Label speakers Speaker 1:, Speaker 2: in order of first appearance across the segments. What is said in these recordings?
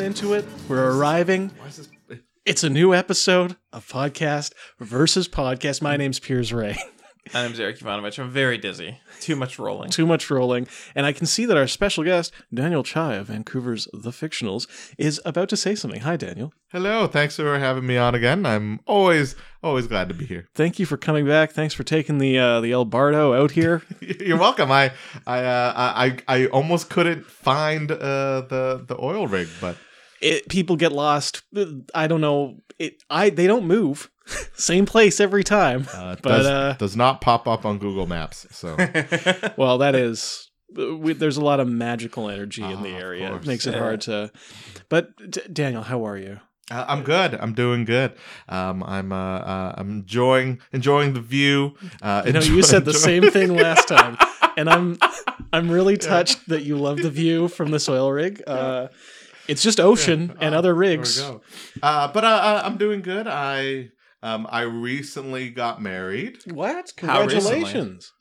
Speaker 1: into it. We're arriving.
Speaker 2: Why is this?
Speaker 1: It's a new episode of Podcast versus Podcast. My name's Piers Ray.
Speaker 2: I'm Zarek Ivanovich. I'm very dizzy. Too much rolling.
Speaker 1: Too much rolling. And I can see that our special guest, Daniel Chai of Vancouver's The Fictionals, is about to say something. Hi, Daniel.
Speaker 3: Hello, thanks for having me on again. I'm always, always glad to be here.
Speaker 1: Thank you for coming back. Thanks for taking the uh, the El Bardo out here.
Speaker 3: You're welcome. I, I, uh, I, I almost couldn't find uh, the the oil rig, but
Speaker 1: It, people get lost. I don't know. It I they don't move. Same place every time.
Speaker 3: uh,
Speaker 1: But,
Speaker 3: does,
Speaker 1: uh,
Speaker 3: does not pop up on Google Maps. So
Speaker 1: Well, that is. We, there's a lot of magical energy in the
Speaker 3: Ah, of
Speaker 1: area. It
Speaker 3: course.
Speaker 1: makes it
Speaker 2: Yeah.
Speaker 1: hard to. But D- Daniel, how are you?
Speaker 3: Uh, I'm good. I'm doing good. Um, I'm, uh, uh, I'm enjoying enjoying the view. Uh,
Speaker 1: You know, you
Speaker 3: enjoy-
Speaker 1: said the
Speaker 3: enjoy-
Speaker 1: same thing last time, and I'm I'm really touched that you love the view from this oil rig. Uh, it's just ocean and
Speaker 3: Ah,
Speaker 1: other
Speaker 3: There we
Speaker 1: rigs.
Speaker 3: go. Uh, but uh, uh, I'm doing good. I, um, I recently got married.
Speaker 1: What?
Speaker 2: How recently?
Speaker 1: Congratulations!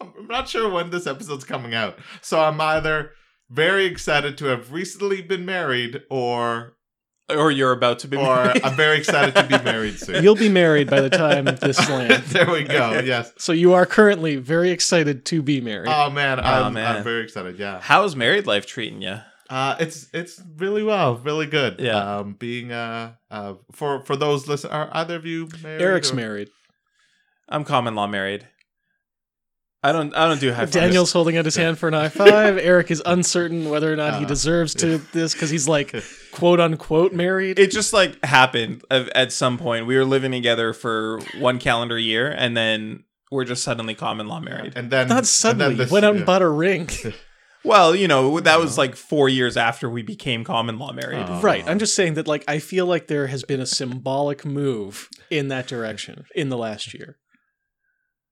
Speaker 3: I'm I'm not sure when this episode's coming out. So I'm either very excited to have recently been married or
Speaker 2: Or you're about to be.
Speaker 3: or uh,
Speaker 2: married.
Speaker 3: I'm very excited to be married soon.
Speaker 1: You'll be married by the time this lands.
Speaker 3: there we go. Yes.
Speaker 1: So you are currently very excited to be married.
Speaker 3: Oh man, I'm,
Speaker 2: man.
Speaker 3: I'm very excited. Yeah.
Speaker 2: How's married life treating you?
Speaker 3: Uh, it's it's really well, really good.
Speaker 2: Yeah.
Speaker 3: Um, being uh, uh for for those listen, are either of you married?
Speaker 1: Eric's
Speaker 3: or-
Speaker 1: married.
Speaker 2: I'm common law married. I don't. I don't do high fives.
Speaker 1: Daniel's holding out his hand for an I five. Eric is uncertain whether or not he
Speaker 3: Uh,
Speaker 1: deserves to this because he's like quote unquote married.
Speaker 2: It just like happened at at some point. We were living together for one calendar year, and then we're just suddenly common law married.
Speaker 3: And then
Speaker 1: not
Speaker 3: and
Speaker 1: suddenly.
Speaker 3: then
Speaker 1: He
Speaker 3: this-
Speaker 1: went out and
Speaker 3: yeah.
Speaker 1: bought a ring.
Speaker 2: Well, you know that was like four years after we became common law married.
Speaker 3: Oh.
Speaker 1: right. I'm just saying that like I feel like there has been a symbolic move in that direction in the last year.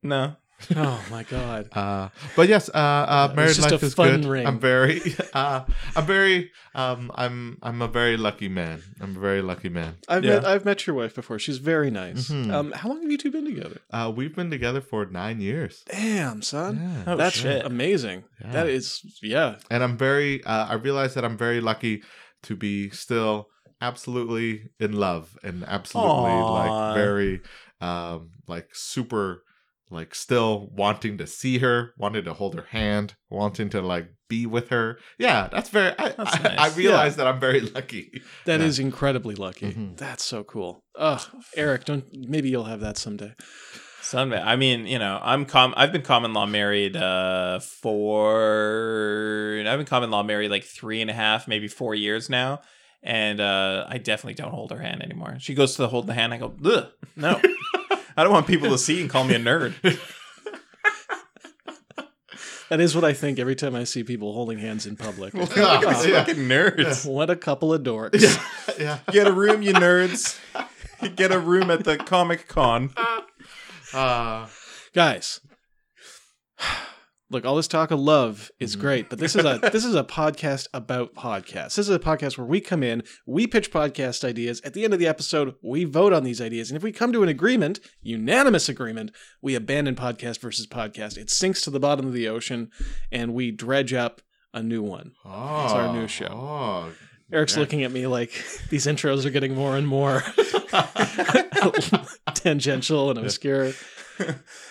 Speaker 2: No,
Speaker 1: Oh my god.
Speaker 3: Uh, but yes, uh, uh,
Speaker 1: was
Speaker 3: married
Speaker 1: just
Speaker 3: life
Speaker 1: a
Speaker 3: is
Speaker 1: fun
Speaker 3: good.
Speaker 1: ring.
Speaker 3: I'm very, uh, I'm very, um, I'm, I'm a very lucky man. I'm a very lucky man.
Speaker 1: I've
Speaker 2: Yeah.
Speaker 1: met I've met your wife before. She's very nice.
Speaker 3: Mhm.
Speaker 1: Um, how long have you two been together?
Speaker 3: Uh, we've been together for nine years.
Speaker 1: Damn, son.
Speaker 3: Yeah.
Speaker 2: Oh,
Speaker 1: That's
Speaker 2: shit.
Speaker 1: amazing.
Speaker 3: Yeah.
Speaker 1: That is yeah.
Speaker 3: And I'm very, uh, I realize that I'm very lucky to be still absolutely in love and absolutely
Speaker 2: Aw.
Speaker 3: like very, um, like super, like still wanting to see her, wanting to hold her hand, wanting to like be with her. Yeah, that's very, I,
Speaker 2: That's
Speaker 3: I,
Speaker 2: nice.
Speaker 3: I realize that I'm very lucky.
Speaker 1: That is
Speaker 3: Yeah.
Speaker 1: incredibly lucky.
Speaker 3: Mhm.
Speaker 1: That's so cool. Ugh, Eric, don't maybe you'll have that someday.
Speaker 2: Son, I mean, you know, I'm com. I've been common law married uh for. I've been common law married like three and a half, maybe four years now, and uh I definitely don't hold her hand anymore. She goes to the hold the hand. I go, Ugh, no, I don't want people to see and call me a nerd.
Speaker 1: That is what I think every time I see people holding hands in public. Ah,
Speaker 2: Look at these
Speaker 3: Yeah.
Speaker 2: fucking nerds.
Speaker 1: what a couple of dorks.
Speaker 3: Yeah. yeah.
Speaker 2: Get a room, you nerds. Get a room at the Comic Con.
Speaker 3: Uh,
Speaker 1: Guys. Look, all this talk of love is great, but this is a this is a podcast about podcasts. This is a podcast where we come in, we pitch podcast ideas. At the end of the episode, we vote on these ideas, and if we come to an agreement, unanimous agreement, we abandon podcast versus podcast. It sinks to the bottom of the ocean, and we dredge up a new one.
Speaker 3: oh,
Speaker 1: It's our new show.
Speaker 3: Oh,
Speaker 1: Eric's
Speaker 3: Yeah.
Speaker 1: looking at me like these intros are getting more and more tangential and obscure.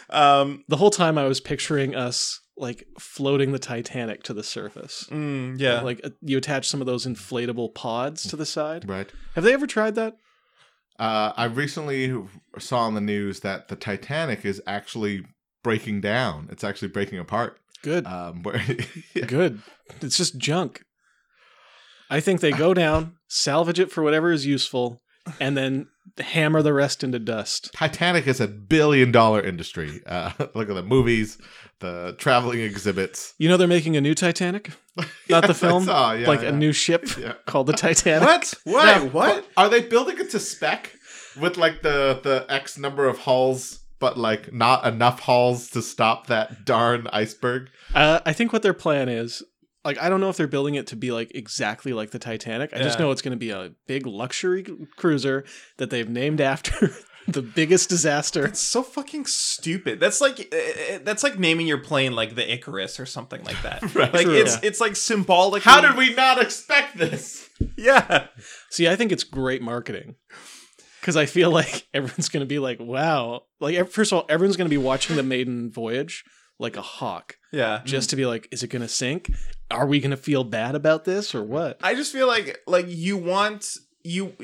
Speaker 2: Um,
Speaker 1: The whole time I was picturing us like floating the Titanic to the surface.
Speaker 2: mm, yeah.
Speaker 1: Like uh, you attach some of those inflatable pods to the side.
Speaker 3: right.
Speaker 1: Have they ever tried that?
Speaker 3: Uh, I recently saw on the news that the Titanic is actually breaking down. It's actually breaking apart.
Speaker 1: Good.
Speaker 3: Um, where, yeah.
Speaker 1: Good. It's just junk. I think they go down, salvage it for whatever is useful, and then hammer the rest into dust.
Speaker 3: Titanic is a billion dollar industry. Uh, look at the movies, the traveling exhibits.
Speaker 1: You know they're making a new Titanic? Not the film?
Speaker 3: Oh, yeah,
Speaker 1: like
Speaker 3: yeah.
Speaker 1: a new ship
Speaker 3: Yeah.
Speaker 1: called the Titanic.
Speaker 3: What?
Speaker 2: Wait, what?
Speaker 3: Are they building it to spec with like the the X number of hulls, but like not enough hulls to stop that darn iceberg?
Speaker 1: Uh, I think what their plan is, like, I don't know if they're building it to be like exactly like the Titanic. I just
Speaker 2: Yeah.
Speaker 1: know it's going to be a big luxury cruiser that they've named after the biggest disaster.
Speaker 2: That's so fucking stupid. That's like eh, eh, that's like naming your plane like the Icarus or something like that.
Speaker 3: Right.
Speaker 2: Like
Speaker 1: True.
Speaker 2: it's
Speaker 1: Yeah.
Speaker 2: it's like symbolic.
Speaker 3: How did we not expect this?
Speaker 2: Yeah.
Speaker 1: See, I think it's great marketing because I feel like everyone's going to be like, "Wow!" Like, ev- first of all, everyone's going to be watching the maiden voyage like a hawk,
Speaker 2: Yeah.
Speaker 1: just to be like, "Is it going to sink? Are we going to feel bad about this or what?"
Speaker 2: I just feel like like you want you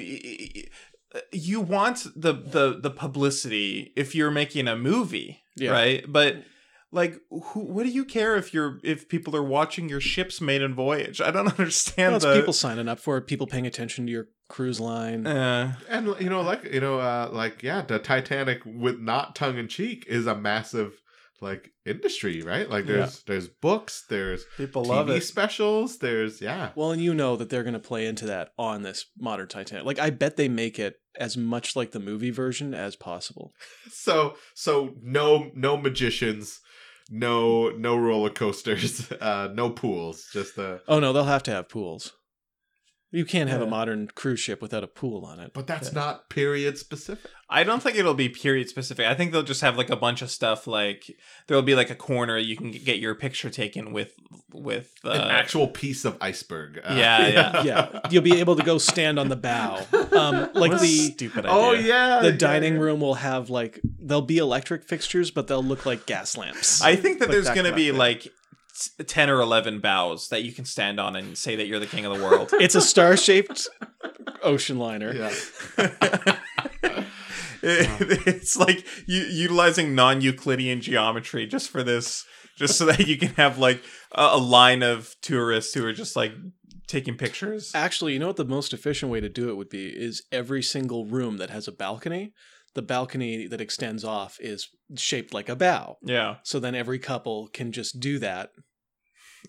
Speaker 2: you want the the the publicity if you're making a movie,
Speaker 1: Yeah.
Speaker 2: right? But like who what do you care if you're if people are watching your ship's maiden voyage? I don't understand
Speaker 1: Well, it's
Speaker 2: the
Speaker 1: people signing up for it, people paying attention to your cruise line.
Speaker 2: uh,
Speaker 3: And you know, like you know, uh, like yeah, the Titanic with not tongue in cheek is a massive like industry, right? Like
Speaker 1: Yeah.
Speaker 3: there's there's books, there's
Speaker 2: people love
Speaker 3: TV
Speaker 2: it.
Speaker 3: specials, there's yeah.
Speaker 1: Well, and you know that they're going to play into that on this modern Titanic. Like, I bet they make it as much like the movie version as possible.
Speaker 3: So so no no magicians, no no roller coasters, uh, no pools, just uh
Speaker 1: Oh no, they'll have to have pools. You can't have a
Speaker 2: Yeah.
Speaker 1: modern cruise ship without a pool on it.
Speaker 3: But that's
Speaker 2: Yeah.
Speaker 3: not period specific.
Speaker 2: I don't think it'll be period specific. I think they'll just have like a bunch of stuff. Like there'll be like a corner you can get your picture taken with with uh,
Speaker 3: An actual piece of iceberg. Uh,
Speaker 2: Yeah, yeah.
Speaker 1: yeah, you'll be able to go stand on the bow. Um, like
Speaker 2: what a
Speaker 1: the
Speaker 2: stupid. Idea.
Speaker 3: Oh yeah.
Speaker 1: the
Speaker 3: yeah,
Speaker 1: dining
Speaker 3: yeah.
Speaker 1: room will have like there'll be electric fixtures, but they'll look like gas lamps.
Speaker 2: I think that
Speaker 1: Like
Speaker 2: there's
Speaker 1: that
Speaker 2: gonna
Speaker 1: kind
Speaker 2: be
Speaker 1: of thing.
Speaker 2: like t- ten or eleven bows that you can stand on and say that you're the king of the world.
Speaker 1: it's a star shaped ocean liner.
Speaker 3: Yeah.
Speaker 2: it's like u- utilizing non-Euclidean geometry just for this, just so that you can have like a, a line of tourists who are just like taking pictures.
Speaker 1: Actually, you know what the most efficient way to do it would be is every single room that has a balcony, the balcony that extends off is shaped like a bow.
Speaker 2: Yeah,
Speaker 1: So then every couple can just do that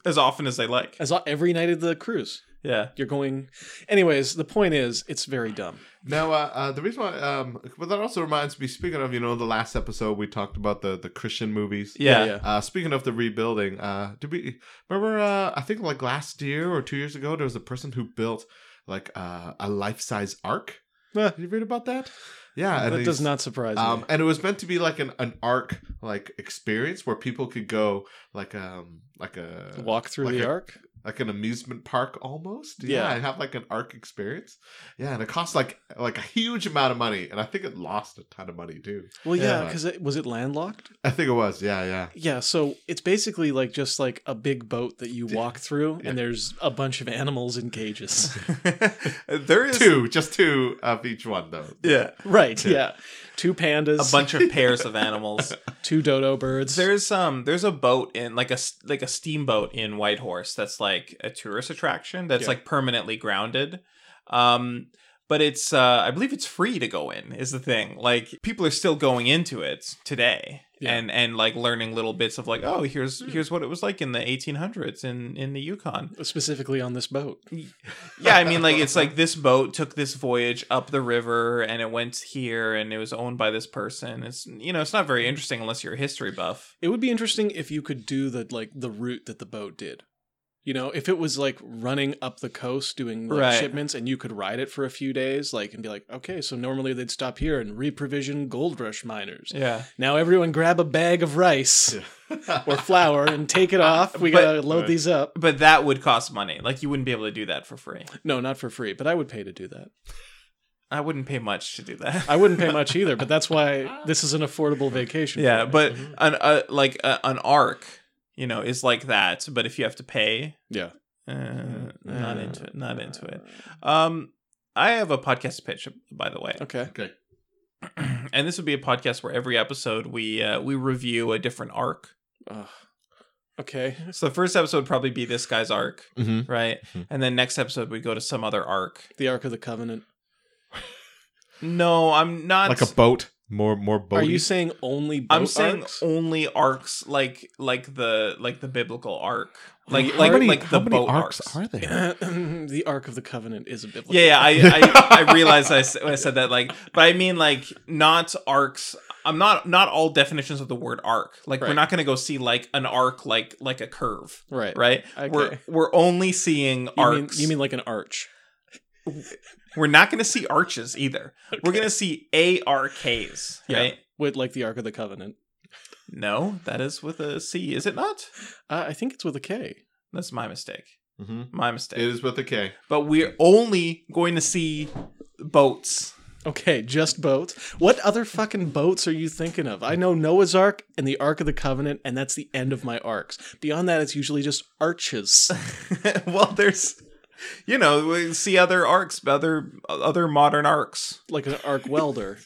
Speaker 2: as often as they like.
Speaker 1: as every night of the cruise.
Speaker 2: Yeah.
Speaker 1: You're going anyways, the point is it's very dumb.
Speaker 3: Now, uh, uh, the reason why, um, but that also reminds me. Speaking of, you know, the last episode we talked about the the Christian movies.
Speaker 2: Yeah.
Speaker 3: Uh, speaking of the rebuilding, uh, did we remember? Uh, I think like last year or two years ago, there was a person who built like uh, a life size ark.
Speaker 1: Huh.
Speaker 3: Did you read about that? Yeah, and
Speaker 1: that
Speaker 3: these-
Speaker 1: does not surprise
Speaker 3: Um,
Speaker 1: me.
Speaker 3: and it was meant to be like an, an arc like experience where people could go like um like a
Speaker 1: Walk through
Speaker 3: like
Speaker 1: the
Speaker 3: a-
Speaker 1: arc.
Speaker 3: like an amusement park almost.
Speaker 1: Yeah.
Speaker 3: Yeah, and have like an arc experience. Yeah, and it costs like like a huge amount of money, and I think it lost a ton of money too.
Speaker 1: Well,
Speaker 2: Yeah.
Speaker 1: yeah, because it, was it landlocked?
Speaker 3: I think it was. Yeah, yeah.
Speaker 1: Yeah, so it's basically like just like a big boat that you walk through,
Speaker 3: Yeah.
Speaker 1: and there's a bunch of animals in cages.
Speaker 2: there is
Speaker 3: Two, just two of each one though.
Speaker 2: Yeah.
Speaker 1: right?
Speaker 3: Yeah.
Speaker 1: Yeah. two pandas,
Speaker 2: A bunch of pairs of animals.
Speaker 1: two dodo birds.
Speaker 2: There's um there's a boat in like a s- like a steamboat in Whitehorse that's like a tourist attraction that's
Speaker 1: Yeah.
Speaker 2: like permanently grounded. Um but it's uh I believe it's free to go in is the thing. Like people are still going into it today.
Speaker 1: Yeah.
Speaker 2: And and like learning little bits of like oh here's here's what it was like in the 1800s in in the Yukon
Speaker 1: specifically on this boat.
Speaker 2: yeah, I mean, like it's like this boat took this voyage up the river and it went here and it was owned by this person. It's you know, it's not very interesting unless you're a history buff.
Speaker 1: It would be interesting if you could do the like the route that the boat did. You know, if it was like running up the coast doing like,
Speaker 2: Right.
Speaker 1: shipments and you could ride it for a few days, like and be like, okay, so normally they'd stop here and reprovision gold rush miners.
Speaker 2: Yeah,
Speaker 1: Now everyone grab a bag of rice or
Speaker 3: Yeah.
Speaker 1: flour and take it off. We
Speaker 2: But-
Speaker 1: gotta load these up.
Speaker 2: but that would cost money. Like you wouldn't be able to do that for free.
Speaker 1: No, not for free, but I would pay to do that.
Speaker 2: I wouldn't pay much to do that.
Speaker 1: I wouldn't pay much either, but that's why this is an affordable vacation. for Mm-hmm.
Speaker 2: yeah,
Speaker 1: me.
Speaker 2: but an uh, like uh, an arc, you know, is like that. But if you have to pay,
Speaker 1: yeah, Mm-hmm. Uh.
Speaker 2: uh, not into it. Not into it. Um, I have a podcast pitch, by the way.
Speaker 1: Okay.
Speaker 3: okay.
Speaker 2: and this would be a podcast where every episode we uh, we review a different arc.
Speaker 1: Ugh. okay.
Speaker 2: So the first episode would probably be this guy's arc,
Speaker 3: Mm-hmm.
Speaker 2: right?
Speaker 3: Mhm.
Speaker 2: And then next episode we go to some other arc.
Speaker 1: The Ark of the Covenant.
Speaker 2: No, I'm not.
Speaker 3: Like a boat, more more boat.
Speaker 1: Are you saying only? Boat
Speaker 2: I'm saying
Speaker 1: arcs?
Speaker 2: only arcs like like the like the biblical arc, like
Speaker 1: How
Speaker 2: like
Speaker 1: many-
Speaker 2: like the boat arcs.
Speaker 3: are there?
Speaker 1: the Ark of the Covenant is a biblical.
Speaker 2: yeah, yeah, I, I I realized I, s- I said that like, but I mean like not arcs. I'm not not all definitions of the word arc. Like we're
Speaker 1: Right.
Speaker 2: not gonna go see like an arc like like a curve,
Speaker 1: right.
Speaker 2: right?
Speaker 1: Okay.
Speaker 2: We're we're only seeing
Speaker 1: You mean,
Speaker 2: arcs.
Speaker 1: you mean like an arch?
Speaker 2: We're not going to see arches either. We're going to see ARKs,
Speaker 1: Yeah.
Speaker 2: right?
Speaker 1: with like the Ark of the Covenant.
Speaker 2: No, that is with a C, is it not?
Speaker 1: Uh, I think it's with a K.
Speaker 2: That's my mistake.
Speaker 3: Mm-hmm.
Speaker 2: My mistake.
Speaker 3: It is with a K.
Speaker 2: but we're only going to see boats.
Speaker 1: Okay, just boats. What other fucking boats are you thinking of? I know Noah's Ark and the Ark of the Covenant, and that's the end of my arcs. Beyond that, it's usually just arches.
Speaker 2: well, there's, you know, we see other arcs, other other modern arcs.
Speaker 1: like an arc welder.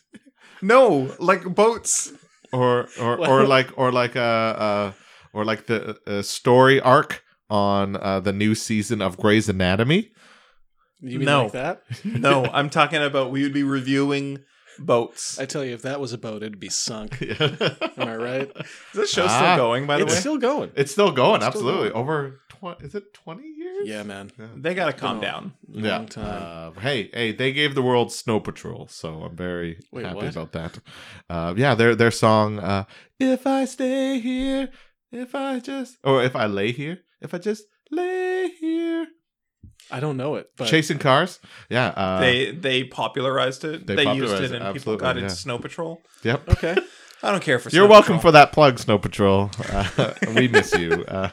Speaker 2: No, like boats.
Speaker 3: Or or or
Speaker 1: Well-
Speaker 3: like or like uh, uh or like the uh, story arc on uh, the new season of Grey's Anatomy.
Speaker 1: You mean
Speaker 2: No.
Speaker 1: like that?
Speaker 2: No, I'm talking about we would be reviewing boats.
Speaker 1: I tell you, if that was a boat, it'd be sunk.
Speaker 3: it's
Speaker 1: Am I right?
Speaker 2: Is this show
Speaker 3: Ah,
Speaker 2: still going? By the
Speaker 1: it's
Speaker 2: way,
Speaker 1: still going.
Speaker 3: still going.
Speaker 1: It's still
Speaker 3: absolutely over twenty. Is it twenty years?
Speaker 1: yeah, man.
Speaker 2: they gotta calm
Speaker 3: Oh.
Speaker 1: No.
Speaker 2: down.
Speaker 1: Long
Speaker 3: yeah.
Speaker 1: time.
Speaker 3: Uh, hey, hey, they gave the world Snow Patrol, so I'm very
Speaker 1: Wait,
Speaker 3: happy
Speaker 1: what?
Speaker 3: about that. Uh, yeah, their their song uh, "If I Stay Here," if I just or if I lay here, if I just lay here,
Speaker 1: I don't know it, but
Speaker 3: chasing cars. Yeah, uh,
Speaker 2: they they popularized it.
Speaker 3: they
Speaker 2: They, used
Speaker 3: popularized
Speaker 2: it,
Speaker 3: it,
Speaker 2: and people
Speaker 3: absolutely,
Speaker 2: got
Speaker 3: yeah.
Speaker 2: into Snow Patrol.
Speaker 3: yep.
Speaker 1: okay.
Speaker 2: I don't care for.
Speaker 3: You're
Speaker 2: Snow
Speaker 3: welcome
Speaker 2: Patrol.
Speaker 3: for that plug, Snow Patrol. Uh, we miss you. Uh,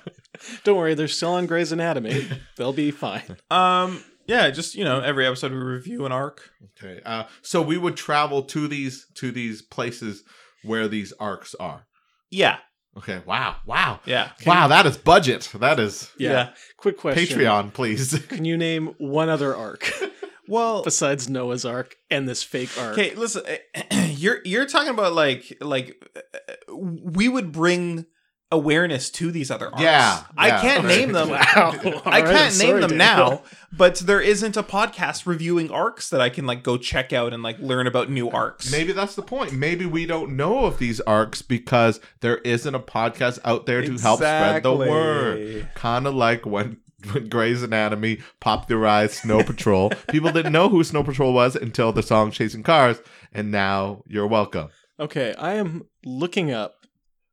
Speaker 1: Don't worry, they're still on Grey's Anatomy. They'll be fine.
Speaker 2: Um, yeah, just you know, every episode we review an arc.
Speaker 3: okay, uh, so we would travel to these to these places where these arcs are.
Speaker 2: Yeah,
Speaker 3: Okay, wow, wow,
Speaker 2: yeah,
Speaker 3: wow. That is budget. That is
Speaker 1: Yeah. Quick question.
Speaker 3: Patreon, please.
Speaker 1: Can you name one other arc
Speaker 2: Well,
Speaker 1: besides Noah's Ark and this fake ark?
Speaker 2: okay, listen, eh, you're you're talking about like like uh, we would bring awareness to these other arcs.
Speaker 3: Yeah,
Speaker 2: I
Speaker 3: yeah.
Speaker 2: can't name them. I
Speaker 1: All right,
Speaker 2: can't
Speaker 1: I'm
Speaker 2: name
Speaker 1: sorry,
Speaker 2: them
Speaker 1: Daniel.
Speaker 2: now, but there isn't a podcast reviewing arcs that I can like go check out and like learn about new arcs.
Speaker 3: Maybe that's the point. Maybe we don't know of these arcs because there isn't a podcast out there to help spread the
Speaker 2: Exactly.
Speaker 3: word. Kind of like when, when Grey's Anatomy popularized Snow Patrol. People didn't know who Snow Patrol was until the song Chasing Cars, and now you're welcome.
Speaker 1: Okay, I am looking up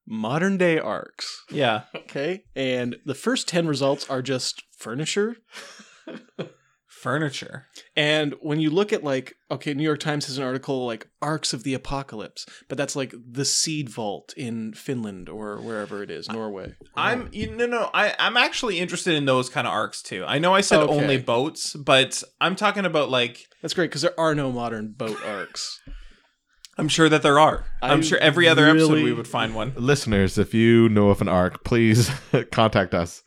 Speaker 1: modern day arcs.
Speaker 2: Yeah,
Speaker 1: Okay. And the first 10 results are just furniture.
Speaker 2: furniture.
Speaker 1: And when you look at, like, okay, New York Times has an article like Arcs of the Apocalypse, but that's like the seed vault in Finland or wherever it is, Norway.
Speaker 2: I'm you, no no I I'm actually interested in those kind of arcs too. I know I said
Speaker 1: Okay.
Speaker 2: only boats, but I'm talking about like
Speaker 1: That's great because there are no modern boat arcs.
Speaker 2: I'm sure that there are. I'm
Speaker 1: I
Speaker 2: sure every other episode
Speaker 1: really-
Speaker 2: we would find one.
Speaker 3: Listeners, if you know of an arc, please contact us.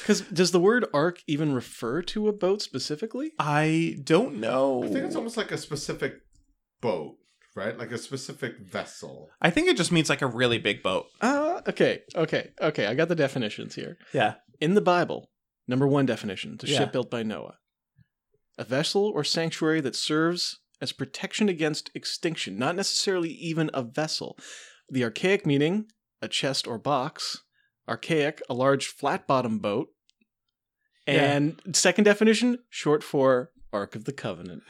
Speaker 1: Because does the word arc even refer to a boat specifically?
Speaker 2: I don't know. I think,
Speaker 3: almost like a specific boat, right? Like a specific vessel.
Speaker 2: it just means like a really big boat.
Speaker 1: Ah, okay, okay, okay. I got the definitions here.
Speaker 2: Yeah.
Speaker 1: In the Bible, number one definition the
Speaker 2: Yeah.
Speaker 1: ship built by Noah. A vessel or sanctuary that serves as protection against extinction, not necessarily even a vessel. The archaic meaning, a chest or box. Archaic, a large flat bottom boat.
Speaker 2: Yeah.
Speaker 1: And second definition, short for Ark of the Covenant.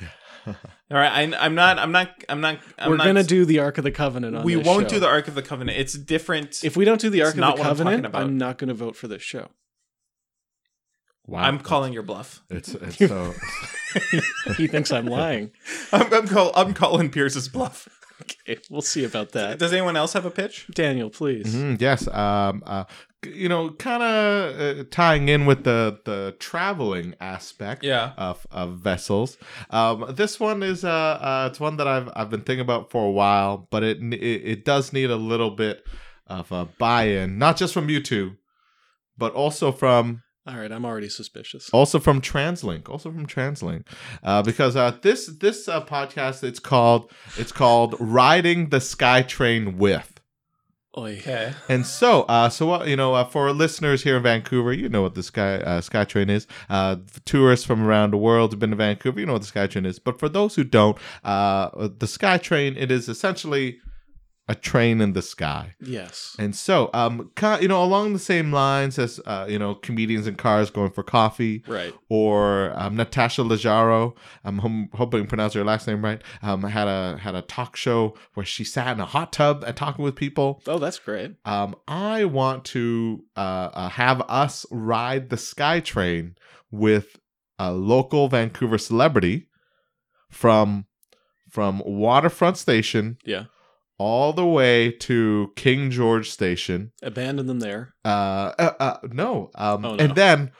Speaker 2: All right. I, I'm not. I'm not. I'm not. I'm
Speaker 1: We're
Speaker 2: not,
Speaker 1: gonna do the Ark of the Covenant on
Speaker 2: We
Speaker 1: this
Speaker 2: won't
Speaker 1: show.
Speaker 2: do the Ark of the Covenant. It's different.
Speaker 1: If we don't do the
Speaker 2: It's
Speaker 1: Ark
Speaker 2: not
Speaker 1: of the
Speaker 2: what I'm talking
Speaker 1: Covenant,
Speaker 2: about.
Speaker 1: I'm not going to vote for this show.
Speaker 3: Wow.
Speaker 2: I'm calling your bluff.
Speaker 3: It's, it's so.
Speaker 1: He thinks I'm lying.
Speaker 2: I'm I'm, call, I'm calling Pierce's bluff.
Speaker 1: Okay, we'll see about that.
Speaker 2: Does anyone else have a pitch?
Speaker 1: Daniel, please.
Speaker 3: Mhm, yes. Um, uh, c- you know, kind of uh, tying in with the the traveling aspect
Speaker 2: Yeah.
Speaker 3: of, of vessels. Um, this one is uh, uh, it's one that I've I've been thinking about for a while, but it n- it, it does need a little bit of a buy-in, not just from you two, but also from
Speaker 1: All right, I'm already suspicious.
Speaker 3: also from Translink, also from Translink, uh, because uh, this this uh, podcast it's called it's called riding the sky train with. Oh,
Speaker 1: Oy.
Speaker 2: Okay.
Speaker 3: And so, uh, so uh, you know, uh, for our listeners here in Vancouver, you know what the sky uh, SkyTrain is. Uh, tourists from around the world have been to Vancouver. You know what the SkyTrain is. But for those who don't, uh, the SkyTrain it is essentially a train in the sky.
Speaker 1: Yes.
Speaker 3: And so, um, ki- you know, along the same lines as uh, you know, comedians in cars going for coffee,
Speaker 1: Right.
Speaker 3: or um, Natasha Leggero. I'm hom- hoping to pronounce her last name right. Um, had a had a talk show where she sat in a hot tub and talking with people
Speaker 1: Oh, that's great.
Speaker 3: um, I want to uh, uh, have us ride the SkyTrain with a local Vancouver celebrity from from Waterfront Station,
Speaker 1: Yeah.
Speaker 3: all the way to King George Station.
Speaker 1: Abandon them there.
Speaker 3: Uh, uh, uh no, um,
Speaker 1: Oh, no.
Speaker 3: and then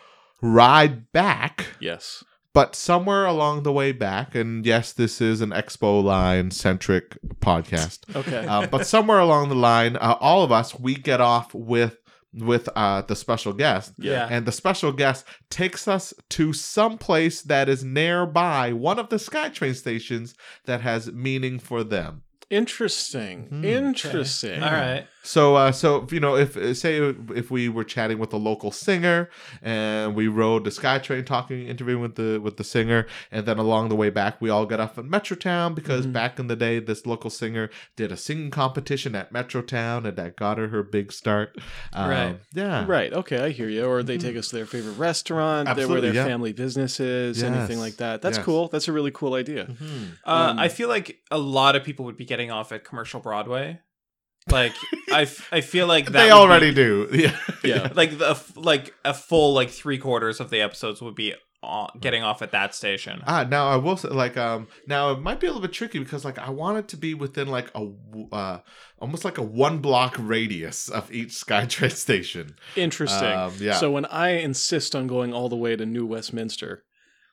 Speaker 3: ride back
Speaker 1: Yes.
Speaker 3: but somewhere along the way back, and yes, this is an expo line centric podcast.
Speaker 1: Okay.
Speaker 3: Uh, but somewhere along the line, uh, all of us we get off with with uh, the special guest,
Speaker 2: Yeah.
Speaker 3: and the special guest takes us to some place that is nearby one of the SkyTrain stations that has meaning for them.
Speaker 1: Interesting.
Speaker 3: Hmm.
Speaker 1: Interesting.
Speaker 2: All right.
Speaker 3: So, uh, so you know, if say if we were chatting with a local singer and we rode the SkyTrain, talking, interviewing with the with the singer, and then along the way back, we all got off at Metrotown because
Speaker 2: Mm-hmm.
Speaker 1: Mhm.
Speaker 3: back in the day, this local singer did a singing competition at Metrotown, and that got her her big start. Um,
Speaker 2: Right.
Speaker 3: Yeah.
Speaker 1: Right. Okay, I hear you. Or they take us to their favorite restaurant, there where
Speaker 3: Mm-hmm. Absolutely,
Speaker 1: their
Speaker 3: yeah.
Speaker 1: family business is, anything
Speaker 3: Yes,
Speaker 1: like that. That's
Speaker 3: yes.
Speaker 1: cool. That's a really cool idea.
Speaker 3: Mhm.
Speaker 2: Uh,
Speaker 1: Um,
Speaker 2: I feel like a lot of people would be getting off at commercial Broadway. Like I, f- I feel like that
Speaker 3: They
Speaker 2: would
Speaker 3: already
Speaker 2: be-
Speaker 3: do. Yeah.
Speaker 1: Yeah.
Speaker 2: like the f- like a full like three quarters of the episodes would be on, getting off at that station.
Speaker 3: Ah, now I will say, like, um, now it might be a little bit tricky because, like, I want it to be within like a, w- uh, almost like a one block radius of each SkyTrain station.
Speaker 1: Interesting.
Speaker 3: Um, yeah.
Speaker 1: So when I insist on going all the way to New Westminster,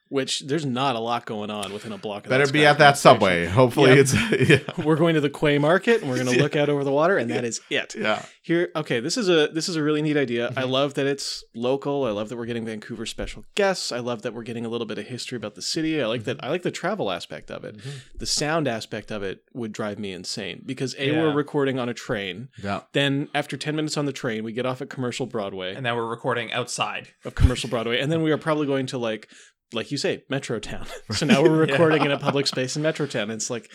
Speaker 1: which there's not a lot going on within a block of
Speaker 3: Better
Speaker 1: that
Speaker 3: be
Speaker 1: Sky
Speaker 3: at that
Speaker 1: Train
Speaker 3: subway. Hopefully,
Speaker 1: Yep.
Speaker 3: it's yeah,
Speaker 1: station. We're going to the Quay Market and we're going to
Speaker 3: Yeah.
Speaker 1: look out over the water and that is it.
Speaker 3: yeah.
Speaker 1: Here okay, this is a this is a really neat idea. I
Speaker 3: Mhm.
Speaker 1: love that it's local. I love that we're getting Vancouver special guests. I love that we're getting a little bit of history about the city. I
Speaker 3: Mm-hmm.
Speaker 1: like that I like the travel aspect of it. The sound aspect of it would drive me insane because A we're
Speaker 2: Yeah.
Speaker 1: recording on a train.
Speaker 3: Yeah.
Speaker 1: Then after 10 minutes on the train, we get off at Commercial Broadway.
Speaker 2: And now we're recording outside.
Speaker 1: of commercial Broadway, and then we are probably going to like, like you say, Metro Town. so now we're recording in a public space in Metro Town. It's like,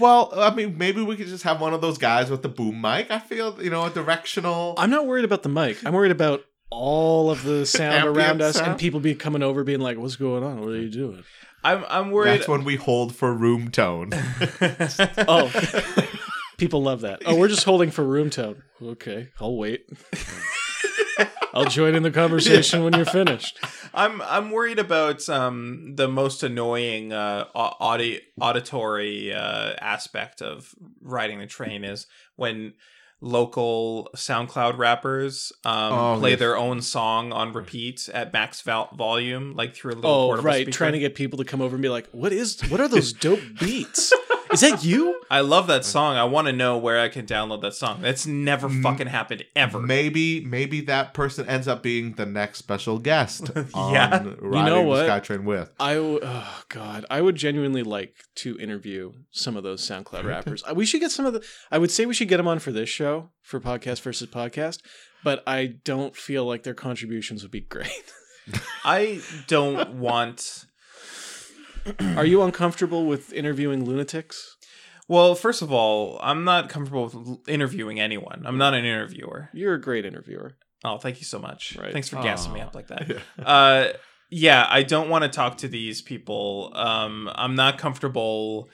Speaker 3: Well, I mean, maybe we could just have one of those guys with the boom mic. I feel you know a directional.
Speaker 1: I'm not worried about the mic. I'm worried about all of the sound
Speaker 3: Ambient
Speaker 1: around us and
Speaker 3: sound?
Speaker 1: people be coming over, being like, "What's going on? What are you doing?"
Speaker 2: I'm I'm worried.
Speaker 3: That's when we hold for room tone.
Speaker 1: Oh, people love that. Oh, we're just holding for room tone. Okay, I'll wait. I'll join in the conversation when you're finished.
Speaker 2: I'm I'm worried about um the most annoying uh au- audi- auditory uh aspect of riding the train is when local SoundCloud rappers um
Speaker 3: Oh,
Speaker 2: play
Speaker 3: yes.
Speaker 2: their own song on repeat at max val- volume like through a little
Speaker 1: Mm. Oh,
Speaker 2: portable
Speaker 1: right,
Speaker 2: speaker.
Speaker 1: trying to get people to come over and be like, "What is? What are those dope beats? Is that you?"
Speaker 2: I love
Speaker 1: Mm.
Speaker 2: that song. I want to know where I can download that song. That's never fucking happened ever.
Speaker 1: Mm.
Speaker 3: maybe, maybe that person ends up being the next special guest. On
Speaker 2: Yeah.
Speaker 3: riding
Speaker 1: know
Speaker 3: the
Speaker 1: what?
Speaker 3: SkyTrain with.
Speaker 1: I w- oh god, I would genuinely like to interview some of those SoundCloud rappers. We should get some of the. I would say we should get them on for this show for podcast versus podcast, but I don't feel like their contributions would be great.
Speaker 2: I don't want
Speaker 1: Are you uncomfortable with interviewing lunatics?
Speaker 2: Well, first of all, I'm not comfortable with l- interviewing anyone. I'm not an interviewer.
Speaker 1: You're a great interviewer.
Speaker 2: Oh, thank you so much.
Speaker 1: Right.
Speaker 2: Thanks for
Speaker 3: Aw.
Speaker 2: gassing me up like that.
Speaker 3: Yeah.
Speaker 2: Uh, yeah, I don't want to talk to these people. Um, I'm not comfortable.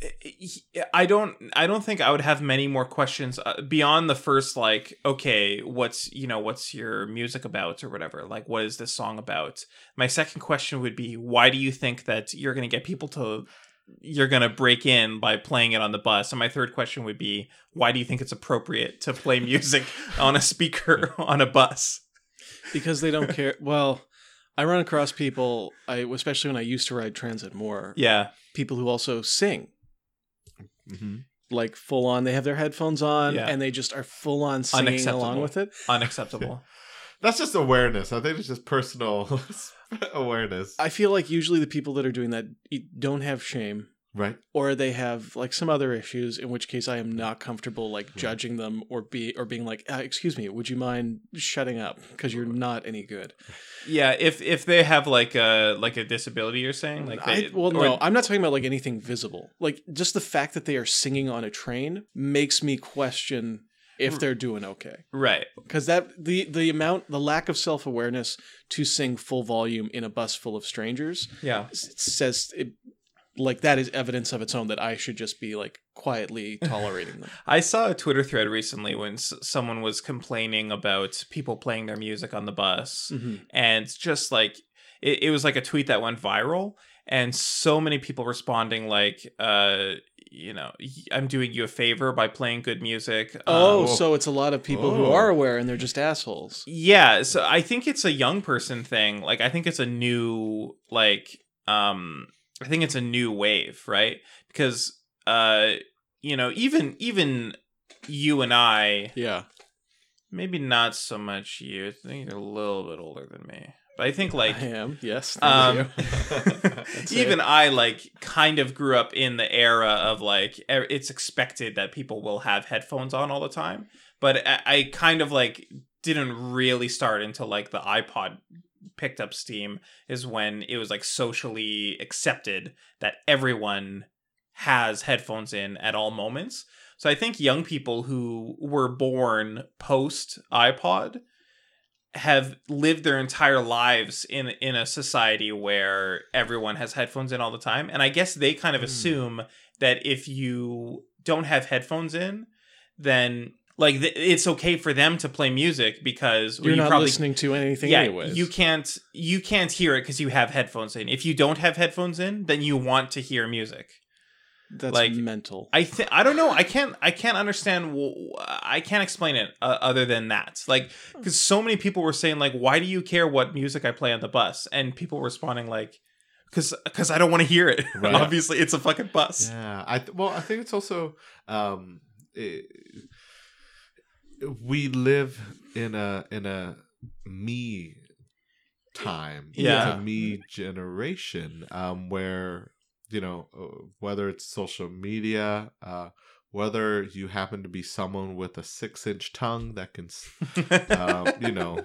Speaker 2: eh, I don't. I don't think I would have many more questions uh, beyond the first, like, okay, what's you know, what's your music about or whatever. Like, what is this song about? My second question would be, why do you think that you're going to get people to you're going to break in by playing it on the bus? And my third question would be, why do you think it's appropriate to play music on a speaker on a bus?
Speaker 1: because they don't care. Well, I run across people. I especially when I used to ride transit more.
Speaker 2: Yeah.
Speaker 1: people who also sing. Mm-hmm.
Speaker 3: Mhm.
Speaker 1: Like full on, they have their headphones on
Speaker 2: Yeah.
Speaker 1: and they just are full on singing along
Speaker 2: Unacceptable.
Speaker 1: with it.
Speaker 2: unacceptable.
Speaker 3: That's just awareness. I think it's just personal awareness,
Speaker 1: I feel like usually the people that are doing that e- don't have shame
Speaker 3: right?
Speaker 1: or they have like some other issues in which case I am not comfortable like judging them or be or being like uh, excuse me would you mind shutting up because you're not any good.
Speaker 2: yeah, if if they have like a like a disability, you're saying like they
Speaker 1: I, well
Speaker 2: or-
Speaker 1: no, I'm not talking about like anything visible. Like just the fact that they are singing on a train makes me question
Speaker 2: Hmm.
Speaker 1: if they're doing okay.
Speaker 2: right,
Speaker 1: Cuz that the the amount the lack of self-awareness to sing full volume in a bus full of strangers
Speaker 2: yeah,
Speaker 1: s- says it, like that is evidence of its own that I should just be like quietly tolerating them.
Speaker 2: I saw a Twitter thread recently when s- someone
Speaker 3: Mm-hmm.
Speaker 2: was complaining about people playing their music on the bus, and just like it, it was like a tweet that went viral and so many people responding like uh you know i'm doing you a favor by playing good music
Speaker 1: Oh,
Speaker 2: Um,
Speaker 1: so it's a lot of people who
Speaker 3: Ah, Oh.
Speaker 1: are aware and they're just assholes.
Speaker 2: yeah so i think it's a young person thing like i think it's a new like um i think it's a new wave right because uh you know even even you and i
Speaker 1: Yeah.
Speaker 2: maybe not so much you i think you're a little bit older than me but i think like
Speaker 1: I am. Yes. thank
Speaker 2: um
Speaker 1: you.
Speaker 2: even i like kind of grew up in the era of like e- it's expected that people will have headphones on all the time but i, I kind of like didn't really start until like the ipod picked up steam is when it was like socially accepted that everyone has headphones in at all moments so i think young people who were born post ipod have lived their entire lives in in a society where everyone has headphones in all the time and i guess they kind of
Speaker 1: Hmm.
Speaker 2: assume that if you don't have headphones in then like th- it's okay for them to play music because well,
Speaker 1: You're
Speaker 2: you
Speaker 1: not
Speaker 2: probably
Speaker 1: listening to anything anyways.
Speaker 2: you can't you can't hear it because you have headphones in. If you don't have headphones in, then you want to hear music.
Speaker 1: That's
Speaker 2: like-
Speaker 1: mental.
Speaker 2: I th- I don't know. I can't I can't understand. wh- I can't explain it uh, other than that. Like because so many people were saying like, why do you care what music I play on the bus? And people responding like, because because I don't want to hear it.
Speaker 3: Right.
Speaker 2: Obviously, it's a fucking bus.
Speaker 3: Yeah, I th- well, I think it's also um, i we live in a in a me time, It's
Speaker 2: Yeah.
Speaker 3: a me generation, um, where you know uh, whether it's social media, uh, whether you happen to be someone with a six inch tongue that can s- um, you know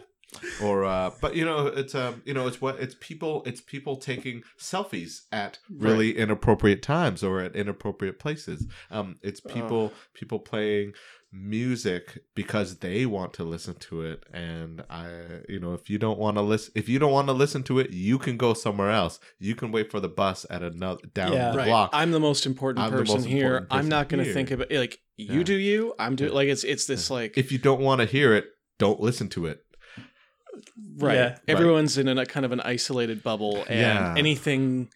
Speaker 3: or uh but you know it's um you know it's what it's people it's people taking selfies at really inappropriate times or at inappropriate places um it's
Speaker 1: Ugh.
Speaker 3: people people playing music because they want to listen to it and i you know if you don't want to listen if you don't want to listen to it you can go somewhere else you can wait for the bus at another down
Speaker 2: Yeah.
Speaker 3: the
Speaker 1: right.
Speaker 3: block
Speaker 1: I'm the most important
Speaker 3: I'm the
Speaker 1: person
Speaker 3: most
Speaker 1: here.
Speaker 3: important
Speaker 1: I'm
Speaker 3: person
Speaker 1: not going to
Speaker 3: here.
Speaker 1: think about like you
Speaker 3: Yeah.
Speaker 1: do you. I'm do like it's it's this like
Speaker 3: if you don't want to hear it don't listen to it
Speaker 1: right.
Speaker 2: Yeah.
Speaker 1: Everyone's in a kind of an isolated bubble, and
Speaker 3: Yeah.
Speaker 1: anything.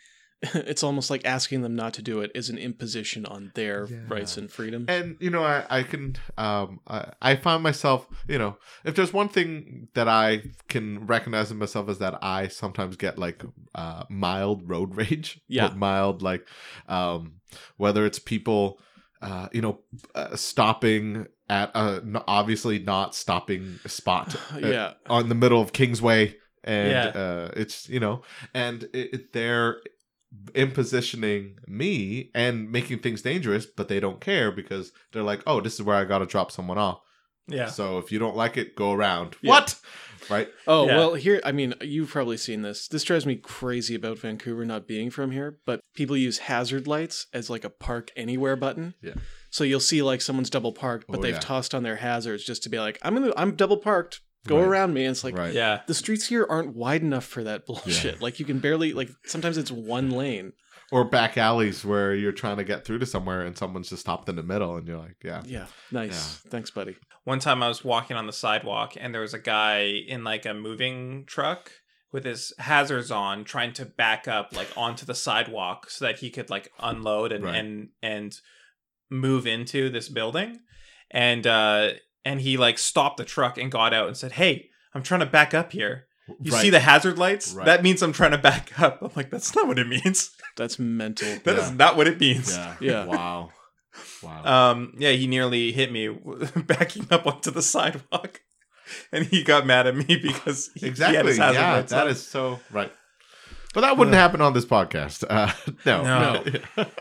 Speaker 1: It's almost like asking them not to do it is an imposition on their
Speaker 3: Yeah.
Speaker 1: rights and freedom.
Speaker 3: and you know i, I can um I, I find myself you know if there's one thing that i can recognize in myself is that i sometimes get like uh mild road rage
Speaker 1: Yeah.
Speaker 3: But mild like um whether it's people uh you know uh, stopping at a n- obviously not stopping spot uh,
Speaker 1: yeah,
Speaker 3: on the middle of Kingsway, and
Speaker 2: Yeah.
Speaker 3: uh, it's you know, and it, it- they're impositioning me and making things dangerous, but they don't care because they're like, oh, this is where I got to drop someone off.
Speaker 2: yeah.
Speaker 3: So if you don't like it, go around.
Speaker 1: Yeah.
Speaker 3: What? Right?
Speaker 1: Oh,
Speaker 2: Yeah.
Speaker 1: well, here, I mean, you've probably seen this. This drives me crazy about Vancouver not being from here, but people use hazard lights as like a park anywhere button.
Speaker 3: Yeah.
Speaker 1: So you'll see like someone's double parked, but
Speaker 3: Oh,
Speaker 1: they've
Speaker 3: yeah.
Speaker 1: tossed on their hazards just to be like, I'm going to, I'm double parked, go
Speaker 3: Right.
Speaker 1: around me. And it's like,
Speaker 3: right.
Speaker 2: Yeah.
Speaker 1: the streets here aren't wide enough for that bullshit. Like you can barely, like sometimes it's one lane.
Speaker 3: Or back alleys where you're trying to get through to somewhere and someone's just stopped in the middle, and you're like, yeah.
Speaker 1: Yeah. Nice. Thanks, buddy.
Speaker 2: one time I was walking on the sidewalk and there was a guy in like a moving truck with his hazards on trying to back up like onto the sidewalk so that he could like unload and
Speaker 3: Right.
Speaker 2: and and move into this building and uh and he like stopped the truck and got out and said hey i'm trying to back up here you see the hazard lights
Speaker 3: Right.
Speaker 2: that means i'm trying to back up i'm like that's not what it means
Speaker 1: That's mental.
Speaker 2: That is
Speaker 3: Yeah.
Speaker 2: not what it means
Speaker 3: Yeah.
Speaker 1: Yeah.
Speaker 3: Wow. Wow.
Speaker 2: um, yeah, he nearly hit me backing up onto the sidewalk, and he got mad at me because he, He had
Speaker 3: exactly.
Speaker 2: his hazard
Speaker 3: yeah.
Speaker 2: lights
Speaker 3: That
Speaker 2: on.
Speaker 3: is so right. But that wouldn't happen on this podcast. Uh,
Speaker 2: No.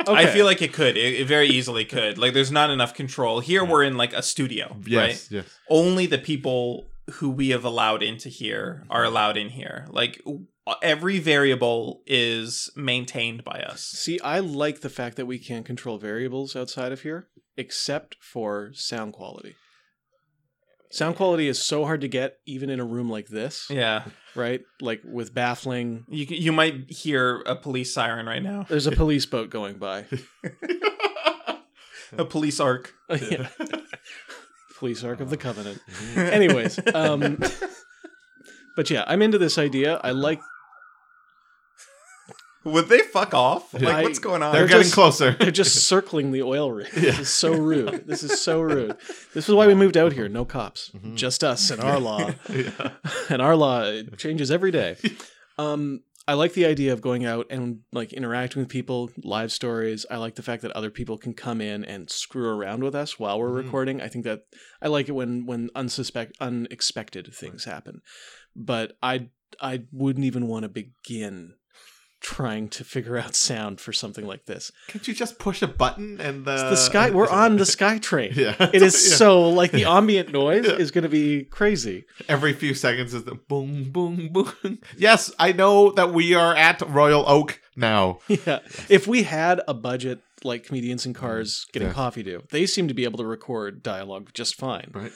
Speaker 2: I feel like it could. It, it very easily could. Like, there's not enough control here. We're in like a studio, right?
Speaker 3: Yes, yes.
Speaker 2: Only the people who we have allowed into here are allowed in here. Like, w- every variable is maintained by us.
Speaker 1: See, I like the fact that we can't control variables outside of here, except for sound quality. Sound quality is so hard to get, even in a room like this,
Speaker 2: Yeah,
Speaker 1: right? Like with baffling.
Speaker 2: you c- you might hear a police siren right now,
Speaker 1: There's a police boat going by.
Speaker 2: a police arc.
Speaker 1: Yeah. police Ark of the Covenant.
Speaker 3: Mm-hmm.
Speaker 1: Anyways, um, but yeah, I'm into this idea. I like
Speaker 2: Would they fuck off? Like,
Speaker 1: I-
Speaker 2: what's going on?
Speaker 3: They're
Speaker 1: They're
Speaker 3: getting
Speaker 1: just-
Speaker 3: closer.
Speaker 1: They're just circling the oil rig. This is so rude. This is so rude. This is why we moved out here. No cops, just us and our law.
Speaker 3: Yeah.
Speaker 1: and our law changes every day. Um, I like the idea of going out and like interacting with people, live stories. I like the fact that other people can come in and screw around with us while we're
Speaker 3: Mhm.
Speaker 1: recording. I think that I like it when when unsuspect unexpected things happen. But I I wouldn't even want to begin trying to figure out sound for something like this.
Speaker 3: Can't you just push a button and the,
Speaker 1: It's the sky we're on the sky train.
Speaker 3: Uh, Yeah.
Speaker 1: It is
Speaker 3: Yeah.
Speaker 1: so like the ambient noise
Speaker 3: Yeah.
Speaker 1: is going to be crazy.
Speaker 3: every few seconds is the boom boom boom. Yes, I know that we are at Royal Oak now.
Speaker 1: yeah. If we had a budget like comedians in cars getting
Speaker 3: Mm. Yeah.
Speaker 1: coffee do, they seem to be able to record dialogue just fine.
Speaker 3: Right.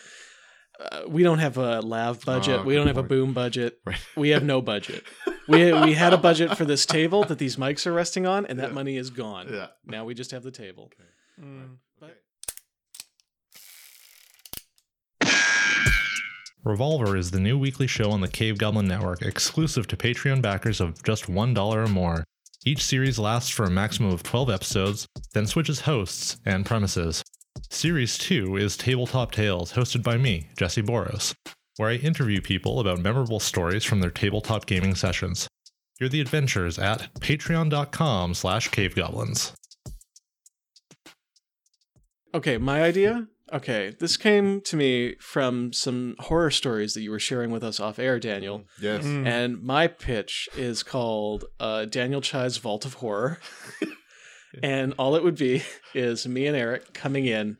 Speaker 1: Uh, we don't have a lav budget.
Speaker 3: Ah,
Speaker 1: we don't
Speaker 3: good
Speaker 1: have a
Speaker 3: point.
Speaker 1: boom budget.
Speaker 3: Right.
Speaker 1: We have no budget. we we had a budget for this table that these mics are resting on, and that
Speaker 3: Yeah.
Speaker 1: money is gone.
Speaker 3: Yeah.
Speaker 1: Now we just have the table.
Speaker 2: Mm.
Speaker 4: Revolver is the new weekly show on the Cave Goblin Network, exclusive to Patreon backers of just $1 or more. Each series lasts for a maximum of 12 episodes, then switches hosts and premises. Series 2 is Tabletop Tales, hosted by me, Jesse Boros, where I interview people about memorable stories from their tabletop gaming sessions. Hear the adventures at patreon.com slash cavegoblins.
Speaker 1: Okay, my idea. Okay, this came to me from some horror stories that you were sharing with us off air, Daniel.
Speaker 3: Yes.
Speaker 2: Mm.
Speaker 1: And my pitch is called uh, Daniel Chai's Vault of Horror. and all it would be is me and Eric coming in,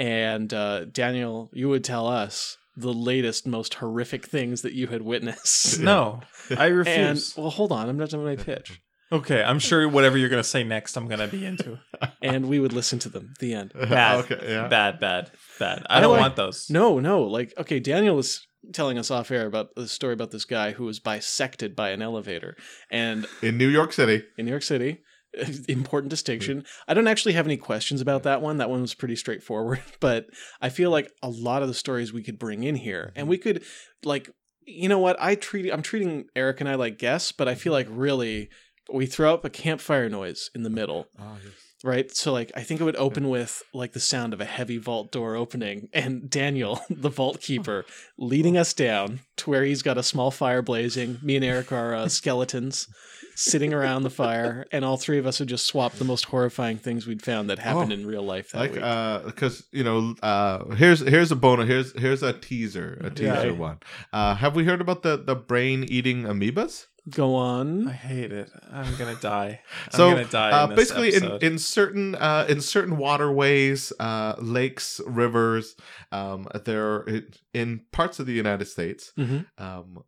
Speaker 1: and uh, Daniel, you would tell us the latest, most horrific things that you had witnessed.
Speaker 2: No, I
Speaker 1: And
Speaker 2: refuse.
Speaker 1: well, hold on, I'm not done with my pitch.
Speaker 2: okay, I'm sure whatever you're gonna say next, I'm gonna be into.
Speaker 1: And we would listen to them. The end.
Speaker 2: Bad,
Speaker 3: Okay, yeah.
Speaker 2: bad, bad, bad.
Speaker 1: I
Speaker 2: I don't
Speaker 1: like-
Speaker 2: want those.
Speaker 1: No, no. Like, okay, Daniel was telling us off air about the story about this guy who was bisected by an elevator, and
Speaker 3: In New York City.
Speaker 1: in New York City. Important distinction. I don't actually have any questions about that one. That one was pretty straightforward, but I feel like a lot of the stories we could bring in here and we could like you know what? I treat I'm treating Eric and I like guests, but I feel like really we throw up a campfire noise in the middle,
Speaker 3: Oh, yes.
Speaker 1: right? So like I think it would open with like the sound of a heavy vault door opening and Daniel, the vault keeper, leading us down to where he's got a small fire blazing. Me and Eric are uh, skeletons sitting around the fire, and all three of us would just swap the most horrifying things we'd found that happened
Speaker 3: Oh,
Speaker 1: in real life that
Speaker 3: like
Speaker 1: week.
Speaker 3: uh because you know uh here's here's a bonus here's here's a teaser a teaser
Speaker 2: Yeah.
Speaker 3: one uh have we heard about the the brain eating amoebas
Speaker 1: Go
Speaker 2: I
Speaker 1: on.
Speaker 2: hate it. I'm gonna die.
Speaker 3: so
Speaker 2: I'm gonna die.
Speaker 3: uh
Speaker 2: in this
Speaker 3: basically in,
Speaker 2: episode.
Speaker 3: in certain uh in certain waterways uh lakes rivers um there in parts of the united states
Speaker 1: Mhm.
Speaker 3: um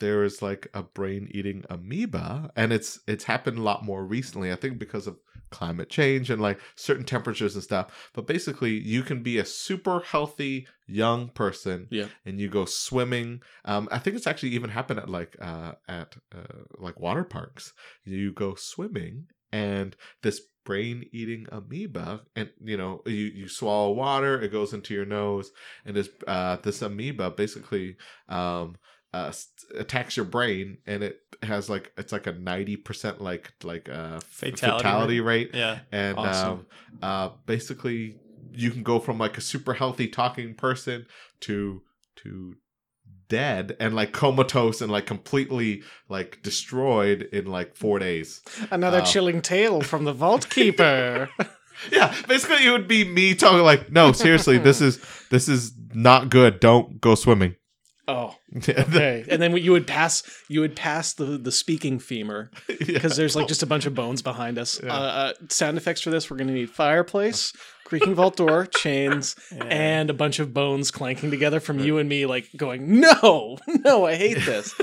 Speaker 3: there is like a brain eating amoeba and it's it's happened a lot more recently i think because of climate change and like certain temperatures and stuff but basically you can be a super healthy young person
Speaker 1: Yeah.
Speaker 3: and you go swimming um i think it's actually even happened at like uh at uh, like water parks you go swimming and this brain eating amoeba and you know you you swallow water it goes into your nose and this uh this amoeba basically um uh, s- attacks your brain and it has like it's like a 90% like like uh fatality,
Speaker 2: Fatality
Speaker 3: rate,
Speaker 2: yeah.
Speaker 3: and
Speaker 1: Awesome.
Speaker 3: um, uh basically you can go from like a super healthy talking person to to dead and like comatose and like completely like destroyed in like 4 days
Speaker 1: Another
Speaker 3: uh,
Speaker 1: chilling tale from the vault keeper.
Speaker 3: yeah basically it would be me talking like no seriously this is this is not good don't go swimming
Speaker 1: oh, okay. and then you would pass you would pass the the speaking femur
Speaker 3: Yeah.
Speaker 1: because there's like just a bunch of bones behind us.
Speaker 3: Yeah.
Speaker 1: Uh, uh, sound effects for this: we're going to need fireplace, creaking vault door, chains,
Speaker 2: Yeah.
Speaker 1: and a bunch of bones clanking together from you and me, like going, "No, no, I hate this."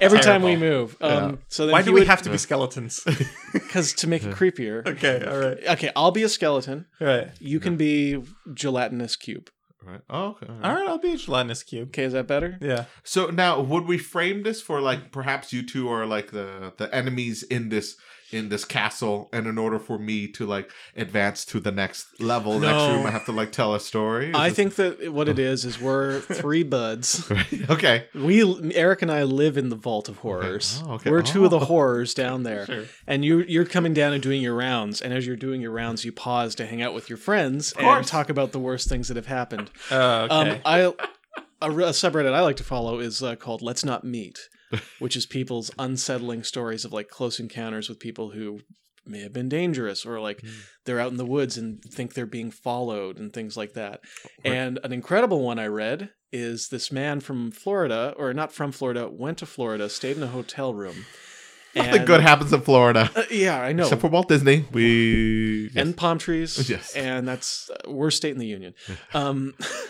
Speaker 1: Every time we
Speaker 2: Terrible.
Speaker 1: move. Um,
Speaker 3: Yeah.
Speaker 1: So then
Speaker 2: Why do we have to be skeletons?
Speaker 1: Because to make it creepier.
Speaker 2: okay, all right,
Speaker 1: Okay, I'll be a skeleton.
Speaker 2: all right,
Speaker 1: You can be gelatinous cube.
Speaker 3: right oh, okay all right.
Speaker 2: all right. I'll be a gelatinous cube.
Speaker 1: Okay, is that better?
Speaker 2: Yeah.
Speaker 3: So now, would we frame this for like perhaps you two are like the the enemies in this in this castle, and in order for me to like advance to the next level, next
Speaker 1: No.
Speaker 3: room, I have to like tell a story. Is
Speaker 1: I
Speaker 3: this-
Speaker 1: think that what it is is we're three buds.
Speaker 3: okay.
Speaker 1: We Eric and I live in the vault of horrors.
Speaker 3: Oh, okay.
Speaker 1: We're two of the
Speaker 3: Oh.
Speaker 1: horrors down there.
Speaker 2: Sure.
Speaker 1: And you you're coming down and doing your rounds, and as you're doing your rounds, you pause to hang out with your friends and
Speaker 3: course.
Speaker 1: talk about the worst things that have happened.
Speaker 2: Oh, okay.
Speaker 1: Um, I a, re- a subreddit I like to follow is uh, called "Let's Not Meet," which is people's unsettling stories of like close encounters with people who may have been dangerous or
Speaker 3: Hmm.
Speaker 1: like they're out in the woods and think they're being followed and things like that.
Speaker 3: Right.
Speaker 1: And an incredible one I read is this man from Florida, or not from Florida, went to Florida, stayed in a hotel room.
Speaker 3: Nothing good happens in Florida.
Speaker 1: Uh, yeah, I know.
Speaker 3: Except for Walt Disney. We yes.
Speaker 1: and palm trees.
Speaker 3: Yes.
Speaker 1: and that's uh, worst state in the union. Um,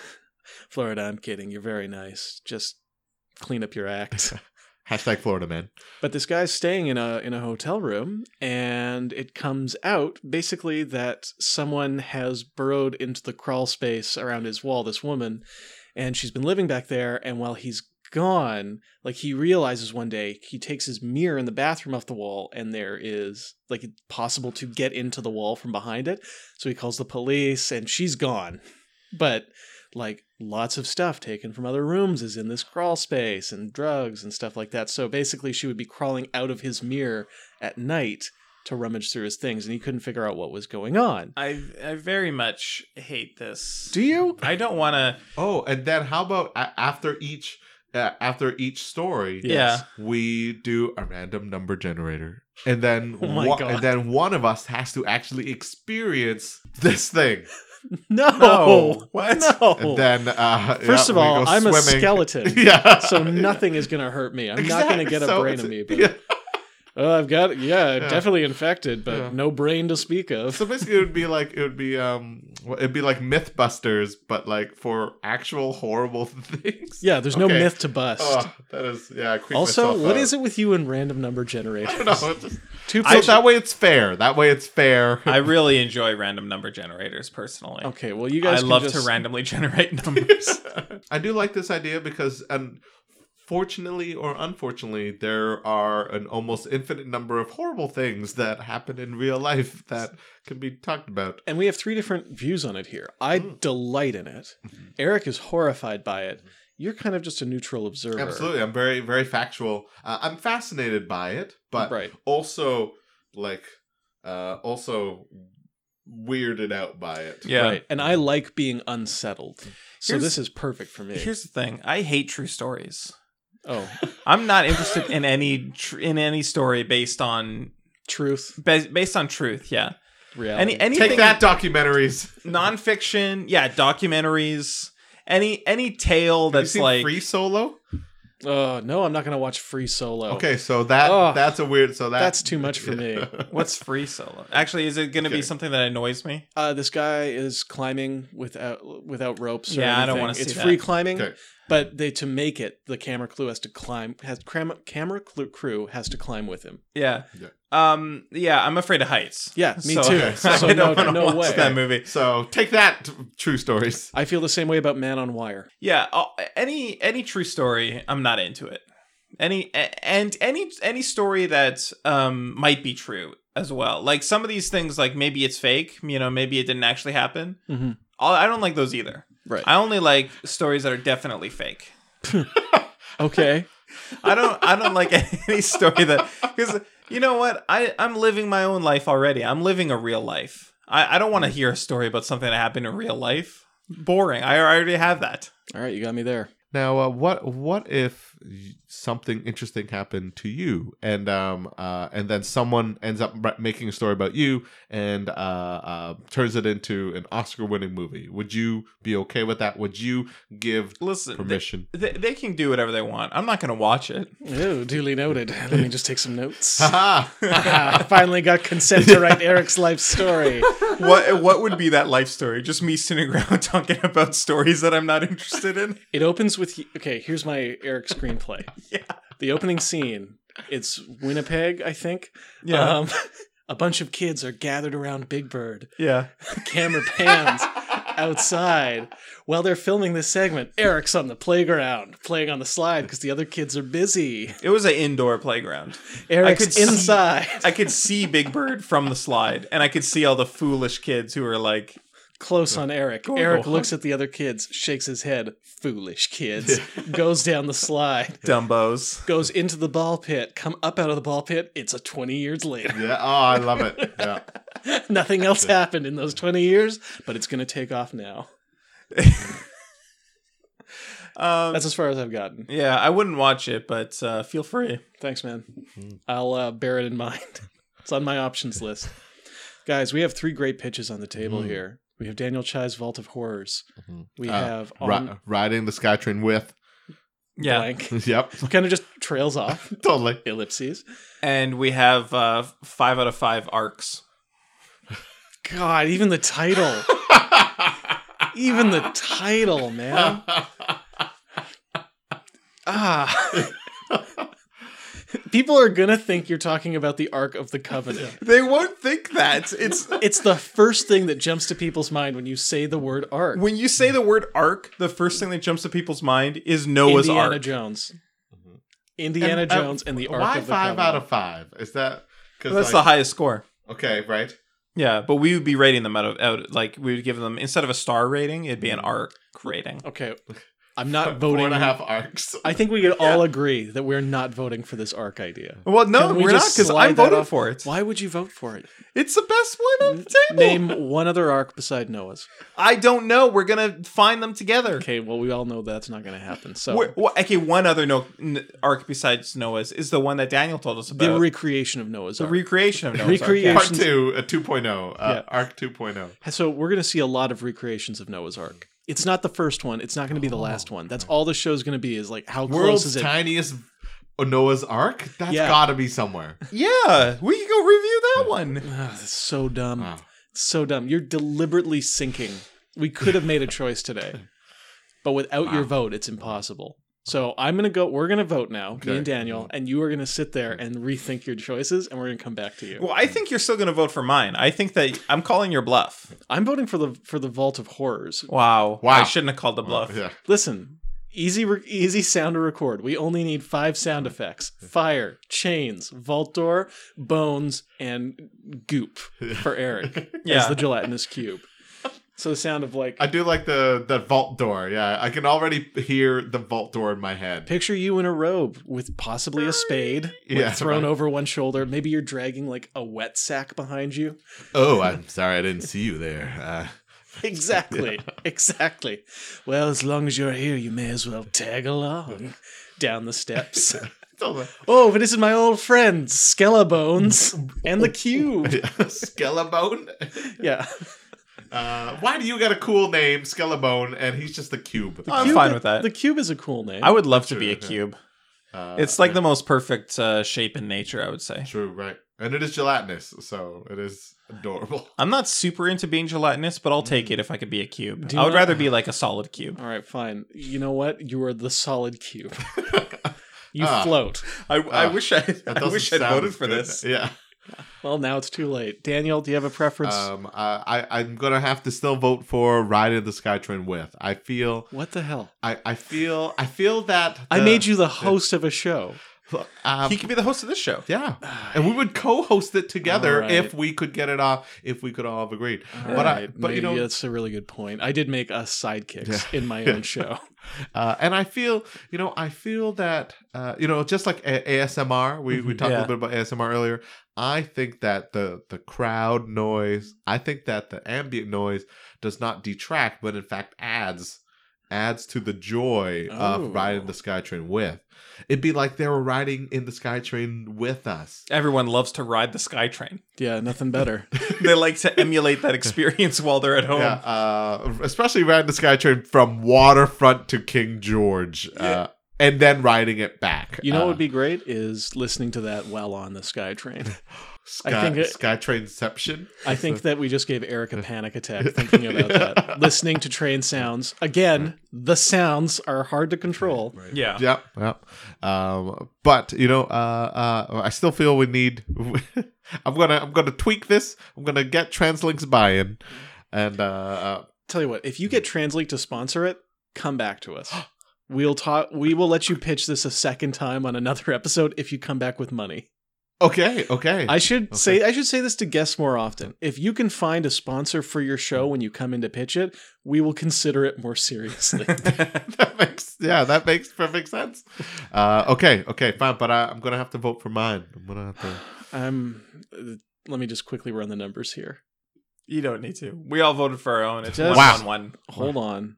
Speaker 1: Florida, I'm kidding. You're very nice. Just clean up your act.
Speaker 3: hashtag Florida man.
Speaker 1: But this guy's staying in a in a hotel room, and it comes out basically that someone has burrowed into the crawl space around his wall. This woman, and she's been living back there. And while he's gone, like he realizes one day, he takes his mirror in the bathroom off the wall, and there is like it's possible to get into the wall from behind it. So he calls the police, and she's gone. But like lots of stuff taken from other rooms is in this crawl space and drugs and stuff like that. So basically, she would be crawling out of his mirror at night to rummage through his things, and he couldn't figure out what was going on.
Speaker 2: I I very much hate this.
Speaker 1: Do you?
Speaker 2: I don't want to.
Speaker 3: Oh, and then how about a- after each uh, after each story,
Speaker 1: Yes.
Speaker 3: we do a random number generator, and then
Speaker 1: Oh my
Speaker 3: one-
Speaker 1: God.
Speaker 3: and then one of us has to actually experience this thing,
Speaker 1: No.
Speaker 2: No.
Speaker 1: What? No.
Speaker 3: and then uh,
Speaker 1: Oh, First
Speaker 3: yeah,
Speaker 1: of
Speaker 3: we
Speaker 1: all,
Speaker 3: go
Speaker 1: I'm a
Speaker 3: swimming.
Speaker 1: skeleton,
Speaker 3: yeah,
Speaker 1: so nothing is going to hurt me. I'm not going to
Speaker 3: Exact-
Speaker 1: get a
Speaker 3: so
Speaker 1: brain
Speaker 3: it's-
Speaker 1: amoeba.
Speaker 3: yeah.
Speaker 1: Oh, I've got yeah, I'm
Speaker 3: Yeah.
Speaker 1: definitely infected, but
Speaker 3: Yeah.
Speaker 1: no brain to speak of.
Speaker 3: So basically, it would be like it would be um, well, it'd be like MythBusters, but like for actual horrible things.
Speaker 1: yeah, there's no
Speaker 3: Okay.
Speaker 1: myth to bust.
Speaker 3: Oh, that is yeah. I creeped
Speaker 1: also,
Speaker 3: myself
Speaker 1: what
Speaker 3: out.
Speaker 1: is it with you and random number
Speaker 3: I
Speaker 1: generators?
Speaker 3: don't know. it's just-
Speaker 1: Two
Speaker 3: So that way it's fair. That way it's fair.
Speaker 2: I really enjoy random number generators personally.
Speaker 1: Okay, well, you guys.
Speaker 2: I
Speaker 1: can
Speaker 2: love
Speaker 1: just-
Speaker 2: to randomly generate numbers.
Speaker 3: I do like this idea because, um, fortunately or unfortunately, there are an almost infinite number of horrible things that happen in real life that can be talked about.
Speaker 1: and we have three different views on it here. I
Speaker 3: Mm.
Speaker 1: delight in it.
Speaker 3: Mm-hmm.
Speaker 1: Eric is horrified by it. You're kind of just a neutral observer.
Speaker 3: Absolutely, I'm very, very factual. Uh, I'm fascinated by it, but
Speaker 1: right.
Speaker 3: also like, uh, also weirded out by it.
Speaker 2: yeah.
Speaker 1: Right. And I like being unsettled. So
Speaker 2: Here's-
Speaker 1: this is perfect for me.
Speaker 2: Here's the thing. I hate true stories.
Speaker 1: oh,
Speaker 2: I'm not interested in any tr- in any story based on
Speaker 1: truth,
Speaker 2: bas based on truth. Yeah.
Speaker 1: reality.
Speaker 2: Any anything
Speaker 3: Take that, documentaries.
Speaker 2: nonfiction. Yeah, documentaries. Any any tale
Speaker 3: Have you
Speaker 2: that's
Speaker 3: seen
Speaker 2: like
Speaker 3: Free Solo.
Speaker 1: oh, no, I'm not going to watch Free Solo.
Speaker 3: Okay, so that
Speaker 1: Oh. Ugh.
Speaker 3: that's a weird. So that
Speaker 1: That's too much for me.
Speaker 2: what's free solo. Actually, is it going to
Speaker 3: Okay.
Speaker 2: be something that annoys me?
Speaker 1: Uh, this guy is climbing without without ropes. Or
Speaker 2: Yeah, I don't
Speaker 1: anything.
Speaker 2: wanna see
Speaker 1: It's
Speaker 2: that.
Speaker 1: free climbing,
Speaker 3: Okay.
Speaker 1: but they to make it, the camera crew has to climb. Has cram, camera clu- crew has to climb with him.
Speaker 2: Yeah.
Speaker 3: Yeah.
Speaker 2: Um. Yeah, I'm afraid of heights.
Speaker 1: Yeah, me
Speaker 2: So-
Speaker 1: too.
Speaker 3: okay.
Speaker 1: So
Speaker 2: I
Speaker 1: no,
Speaker 2: don't wanna
Speaker 1: no
Speaker 2: watch
Speaker 1: way.
Speaker 2: that movie.
Speaker 3: So take that, t- true stories.
Speaker 1: I feel the same way about Man on Wire.
Speaker 2: Yeah, uh, any any true story, I'm not into it. Any a- and any any story that um might be true as well. Like some of these things, like maybe it's fake. You know, maybe it didn't actually happen.
Speaker 1: Mhm.
Speaker 2: I'll- I don't like those either.
Speaker 1: Right.
Speaker 2: I only like stories that are definitely fake.
Speaker 1: Okay.
Speaker 2: I don't I don't like any story that because you know what I I'm living my own life already. I'm living a real life. I I don't want to hear a story about something that happened in real life. Boring. I already have that.
Speaker 1: All right, you got me there.
Speaker 3: Now, uh, what what if y- something interesting happened to you, and um, uh, and then someone ends up r- making a story about you and uh, uh, turns it into an Oscar-winning movie? Would you be okay with that? Would you give
Speaker 2: Listen. th-
Speaker 3: permission?
Speaker 2: They, they can do whatever they want. I'm not going to watch it.
Speaker 1: Oh, duly noted. Let me just take some notes.
Speaker 3: Haha.
Speaker 1: I finally got consent to write Eric's life story.
Speaker 2: What what would be that life story? Just me sitting around talking about stories that I'm not interested in?
Speaker 1: It opens with okay. Here's my Eric screenplay.
Speaker 2: Yeah.
Speaker 1: The opening scene. It's Winnipeg, I think.
Speaker 2: Yeah.
Speaker 1: Um, a bunch of kids are gathered around Big Bird.
Speaker 2: Yeah.
Speaker 1: Camera pans outside while they're filming this segment. Eric's on the playground playing on the slide because the other kids are busy.
Speaker 2: It was an indoor playground. could
Speaker 1: Eric's
Speaker 2: see-
Speaker 1: inside.
Speaker 2: I could see Big Bird from the slide, and I could see all the foolish kids who were like,
Speaker 1: Close on Eric.
Speaker 2: Go, go,
Speaker 1: Eric
Speaker 2: hug.
Speaker 1: looks at the other kids, shakes his head. Foolish kids. Goes down the slide.
Speaker 2: "Dumbos."
Speaker 1: Goes into the ball pit. Come up out of the ball pit. It's a 20 years later.
Speaker 3: Yeah. Oh, I love it. Yeah.
Speaker 1: Nothing else happened in those 20 years, but it's going to take off now.
Speaker 2: Um,
Speaker 1: That's as far as I've gotten.
Speaker 2: yeah, I wouldn't watch it, but uh, feel free.
Speaker 1: Thanks, man.
Speaker 2: Mm-hmm.
Speaker 1: I'll uh, bear it in mind. It's on my options list. Guys, we have three great pitches on the table
Speaker 2: Mm.
Speaker 3: Mhm.
Speaker 1: here. We have Daniel Chai's Vault of Horrors.
Speaker 2: Mm-hmm.
Speaker 3: Mhm.
Speaker 1: We
Speaker 3: Uh,
Speaker 1: have on
Speaker 3: Ri- riding the Skytrain with.
Speaker 2: Yeah,
Speaker 1: blank.
Speaker 3: yep.
Speaker 1: kind of just trails off.
Speaker 3: Totally.
Speaker 1: Ellipses.
Speaker 2: and we have uh, five out of five arcs.
Speaker 1: God, even the title. even the title, man. Ah. People are going to think you're talking about the Ark of the Covenant.
Speaker 2: They won't think that it's
Speaker 1: It's the first thing that jumps to people's mind when you say the word Ark.
Speaker 2: when you say the word arc, the first thing that jumps to people's mind is Noah's
Speaker 1: Indiana
Speaker 2: Ark.
Speaker 1: Jones. Indiana
Speaker 3: Mm-hmm. And, uh,
Speaker 1: Jones and the Ark
Speaker 3: Why
Speaker 1: of the
Speaker 3: five
Speaker 1: Covenant.
Speaker 3: out of five? Is that because
Speaker 2: That's the highest score.
Speaker 3: Okay, right.
Speaker 2: Yeah, but we would be rating them out of out like we would give them instead of a star rating, it'd be an arc rating.
Speaker 1: Okay, I'm not
Speaker 3: Four
Speaker 1: voting.
Speaker 3: and a half arcs.
Speaker 1: I think we could all agree that we're not voting for this Ark idea.
Speaker 2: Well, no,
Speaker 1: Can we
Speaker 2: we are not
Speaker 1: just
Speaker 2: because
Speaker 1: slide
Speaker 2: I'm
Speaker 1: that
Speaker 2: voting
Speaker 1: off?
Speaker 2: for it.
Speaker 1: Why would you vote for it?
Speaker 2: It's the best one on the table.
Speaker 1: Name one other Ark beside Noah's.
Speaker 2: I don't know. We're gonna find them together.
Speaker 1: Okay, well we all know that's not going to happen. So
Speaker 2: Wh- wh- okay, one other no- n- arc besides Noah's is the one that Daniel told us about.
Speaker 1: the
Speaker 3: uh,
Speaker 2: The,
Speaker 1: recreation of Noah's Ark.
Speaker 2: recreation of Noah's
Speaker 1: Recreation.
Speaker 2: Ark.
Speaker 3: Part two, a 2.0, uh, arc 2.0.
Speaker 1: so we're going to see a lot of recreations of Noah's Ark. It's not the first one. It's not going to be the last one. That's all the show's going to be is like how close
Speaker 3: Oh, World's
Speaker 1: is it?
Speaker 3: tiniest Noah's Ark? That's
Speaker 1: Yeah.
Speaker 3: gotta be somewhere.
Speaker 2: Yeah. yeah, we can go review that one.
Speaker 1: Ugh, that's Ah, so dumb.
Speaker 3: Wow.
Speaker 1: So dumb. You're deliberately sinking. We could have made a choice today, but without your vote, it's impossible. So I'm gonna go. We're gonna vote now, me
Speaker 3: Okay. Mm.
Speaker 1: and Daniel, and you are gonna sit there and rethink your choices, and we're gonna come back to you.
Speaker 2: Well, I think you're still gonna vote for mine. I think that I'm calling your bluff.
Speaker 1: I'm voting for the for the Vault of Horrors.
Speaker 2: Wow,
Speaker 3: Wow.
Speaker 2: I shouldn't have called the bluff.
Speaker 3: Yeah.
Speaker 1: Listen, easy re- easy sound to record. We only need five sound effects: fire, chains, vault door, bones, and goop for Eric
Speaker 2: Yeah.
Speaker 1: as the gelatinous cube. So the sound of like
Speaker 3: I do like the, the vault door. Yeah, I can already hear the vault door in my head.
Speaker 1: Picture you in a robe with possibly a spade with
Speaker 3: Yeah,
Speaker 1: thrown
Speaker 3: right.
Speaker 1: over one shoulder. Maybe you're dragging like a wet sack behind you.
Speaker 3: Oh, I'm sorry I didn't see you there. Uh,
Speaker 1: Exactly. Exactly. Well, as long as you're here, you may as well tag along down the steps.
Speaker 3: totally.
Speaker 1: oh, but this is my old friend, Skellebones and the Cube.
Speaker 3: Skellabone?
Speaker 1: Yeah.
Speaker 3: Uh, why do you got a cool name, Skellabone, and he's just a cube?
Speaker 2: I'm
Speaker 1: Cube-
Speaker 2: fine with that.
Speaker 1: The Cube is a cool name.
Speaker 2: I would love to be a
Speaker 3: Sure, yeah.
Speaker 2: cube.
Speaker 3: Uh,
Speaker 2: It's like the most perfect uh, shape in nature, I would say.
Speaker 3: True, right. And it is gelatinous, so it is adorable.
Speaker 2: I'm not super into being gelatinous, but I'll take it if I could be a cube.
Speaker 1: Do
Speaker 2: Mm. I would
Speaker 1: not-
Speaker 2: rather be like a solid cube.
Speaker 1: All right, fine. You know what? You are the solid cube. You
Speaker 3: Ah.
Speaker 1: float.
Speaker 2: I, I
Speaker 3: Ah,
Speaker 2: wish I,
Speaker 3: That
Speaker 2: I
Speaker 3: doesn't
Speaker 2: wish I'd
Speaker 3: sound
Speaker 2: voted for
Speaker 3: good.
Speaker 2: this.
Speaker 3: Yeah.
Speaker 1: Well, now it's too late. Daniel, do you have a preference?
Speaker 3: Um, I, I, I'm gonna have to still vote for Ride of the Skytrain with. I feel,
Speaker 1: what the hell?
Speaker 3: I, I feel, I feel that
Speaker 1: I made you the host of a show.
Speaker 3: Um,
Speaker 2: He could be the host of this show.
Speaker 3: yeah, and we would co-host it together
Speaker 1: Alright.
Speaker 3: if we could get it off. If we could all have agreed, but I,
Speaker 1: Alright,
Speaker 3: but you
Speaker 1: maybe
Speaker 3: know,
Speaker 1: that's a really good point. I did make us sidekicks in my own show.
Speaker 3: Uh, and I feel, you know, I feel that, uh, you know, just like a- ASMR, we,
Speaker 1: Mm-hmm.
Speaker 3: we talked a
Speaker 2: Yeah.
Speaker 3: little bit about ASMR earlier. I think that the the crowd noise, I think that the ambient noise does not detract, but in fact adds adds to the joy
Speaker 1: Oh.
Speaker 3: of riding the SkyTrain with. It'd be like they were riding in the SkyTrain with us.
Speaker 2: Everyone loves to ride the SkyTrain.
Speaker 1: Yeah, nothing better.
Speaker 2: they like to emulate that experience while they're at
Speaker 1: Um,
Speaker 2: home.
Speaker 3: Yeah, uh, especially riding the SkyTrain from waterfront to King George, uh, and then riding it back.
Speaker 1: You know what
Speaker 3: Uh,
Speaker 1: would be great is listening to that while on the SkyTrain.
Speaker 3: Sky,
Speaker 1: think it-
Speaker 3: SkyTrainception.
Speaker 1: I think that we just gave Eric a panic attack thinking about that. Listening to train sounds. Again, the sounds are hard to control.
Speaker 2: Yeah.
Speaker 3: Yep, yep. Um, but you know, uh, uh, I still feel we need. I'm gonna, I'm gonna tweak this. I'm gonna get Translink's buy-in, and uh, uh,
Speaker 1: tell you what, if you get Translink to sponsor it, come back to us. We'll talk. We will let you pitch this a second time on another episode if you come back with money.
Speaker 3: uh, Okay, okay.
Speaker 1: I should say I should say this to guests more often. If you can find a sponsor for your show when you come in to pitch it, we will consider it more seriously.
Speaker 3: that makes yeah, that makes perfect sense. Uh, okay, okay, fine. But I, I'm gonna have to vote for mine. I'm gonna have to.
Speaker 1: um, uh, let me just quickly run the numbers here.
Speaker 2: You don't need to. We all voted for our own. It's
Speaker 1: Just-
Speaker 2: one
Speaker 3: Wow.
Speaker 2: on one.
Speaker 1: Hold on.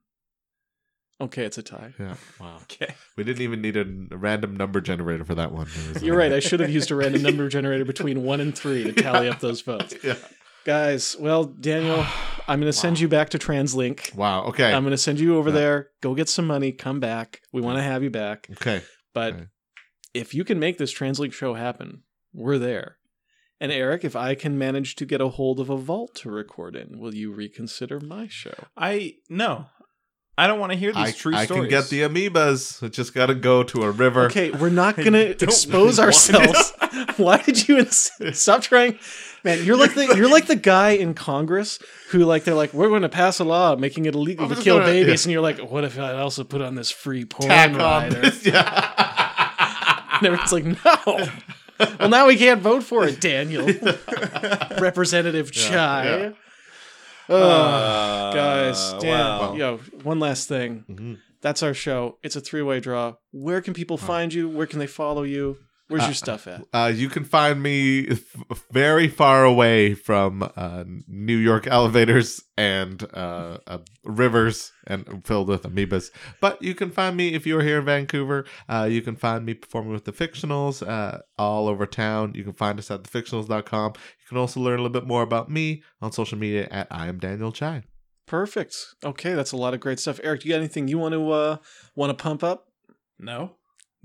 Speaker 1: Okay, it's a tie.
Speaker 3: Yeah. Wow.
Speaker 2: Okay.
Speaker 3: We didn't even need a, a random number generator for that one. It was
Speaker 1: You're
Speaker 3: like-
Speaker 1: right. I should have used a random number generator between one and three to tally up those votes,
Speaker 3: Yeah.
Speaker 1: guys. Well, Daniel, I'm going to send you back to TransLink.
Speaker 3: Wow. Okay.
Speaker 1: I'm going to send you over
Speaker 3: Yeah.
Speaker 1: there. Go get some money. Come back. We want to have you back.
Speaker 3: okay.
Speaker 1: But
Speaker 3: Okay.
Speaker 1: if you can make this TransLink show happen, we're there. And Eric, if I can manage to get a hold of a vault to record in, will you reconsider my show?
Speaker 2: I no. I don't want to hear these
Speaker 3: I,
Speaker 2: true
Speaker 3: I can
Speaker 2: stories.
Speaker 3: get the amoebas. I just gotta go to a river.
Speaker 1: Okay, we're not going
Speaker 2: I
Speaker 1: to
Speaker 2: don't
Speaker 1: expose
Speaker 2: want
Speaker 1: ourselves. Why did you ins- stop trying? Man, you're like the you're like the guy in Congress who like they're like we're going to pass a law making it illegal
Speaker 3: I'm
Speaker 1: to
Speaker 3: just
Speaker 1: kill
Speaker 3: gonna-
Speaker 1: babies, and you're like, what if I also put on this free porn
Speaker 3: Tack on
Speaker 1: rider?
Speaker 3: this. Yeah.
Speaker 1: And everyone's like, no. well, now we can't vote for it, Daniel. Representative Chai.
Speaker 3: yeah.
Speaker 1: Ugh,
Speaker 2: Uh,
Speaker 1: guys, damn.
Speaker 2: wow. Mm-hmm.
Speaker 1: Yo, one last thing.
Speaker 3: Mhm.
Speaker 1: That's our show. It's a three way draw. Where can people find you? Where can they follow you? Where's your stuff at?
Speaker 3: Uh, you can find me f- very far away from uh, New York elevators and uh, uh, rivers and filled with amoebas. But you can find me if you're here in Vancouver. Uh, you can find me performing with the Fictionals uh, all over town. You can find us at thefictionals.com. You can also learn a little bit more about me on social media at I am Daniel Chai.
Speaker 1: Perfect. Okay, that's a lot of great stuff. Eric, you got anything you want to uh want to pump up?
Speaker 2: No.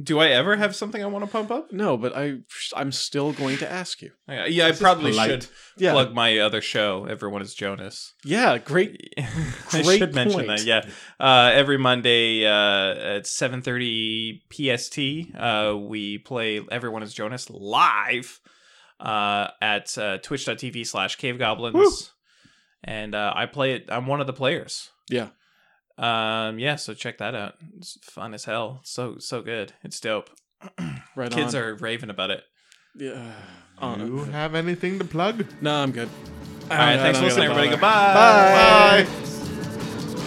Speaker 2: Do I ever have something I want to pump up?
Speaker 1: No, but I I'm still going to ask you.
Speaker 2: I- Yeah, I probably
Speaker 3: polite.
Speaker 2: should
Speaker 1: Yeah.
Speaker 2: plug my other show. Everyone is Jonas.
Speaker 1: Yeah, great.
Speaker 2: I
Speaker 1: Great
Speaker 2: should mention
Speaker 1: point.
Speaker 2: that. Yeah, uh, every Monday uh, at seven thirty PST, uh, we play "Everyone Is Jonas" live uh, at uh, Twitch.tv slash Cave Goblins,
Speaker 3: Woo.
Speaker 2: and uh, I play it. I'm one of the players.
Speaker 1: Yeah.
Speaker 2: Um. Yeah. So check that out. It's fun as hell. So so good. It's dope.
Speaker 1: Right
Speaker 2: Kids
Speaker 1: on.
Speaker 2: are raving about it.
Speaker 1: Yeah.
Speaker 3: Do
Speaker 1: Uh,
Speaker 3: you have anything to plug?
Speaker 1: no, I'm good.
Speaker 2: All right. Thanks for listening, everybody. Goodbye.
Speaker 1: Bye.
Speaker 3: Bye.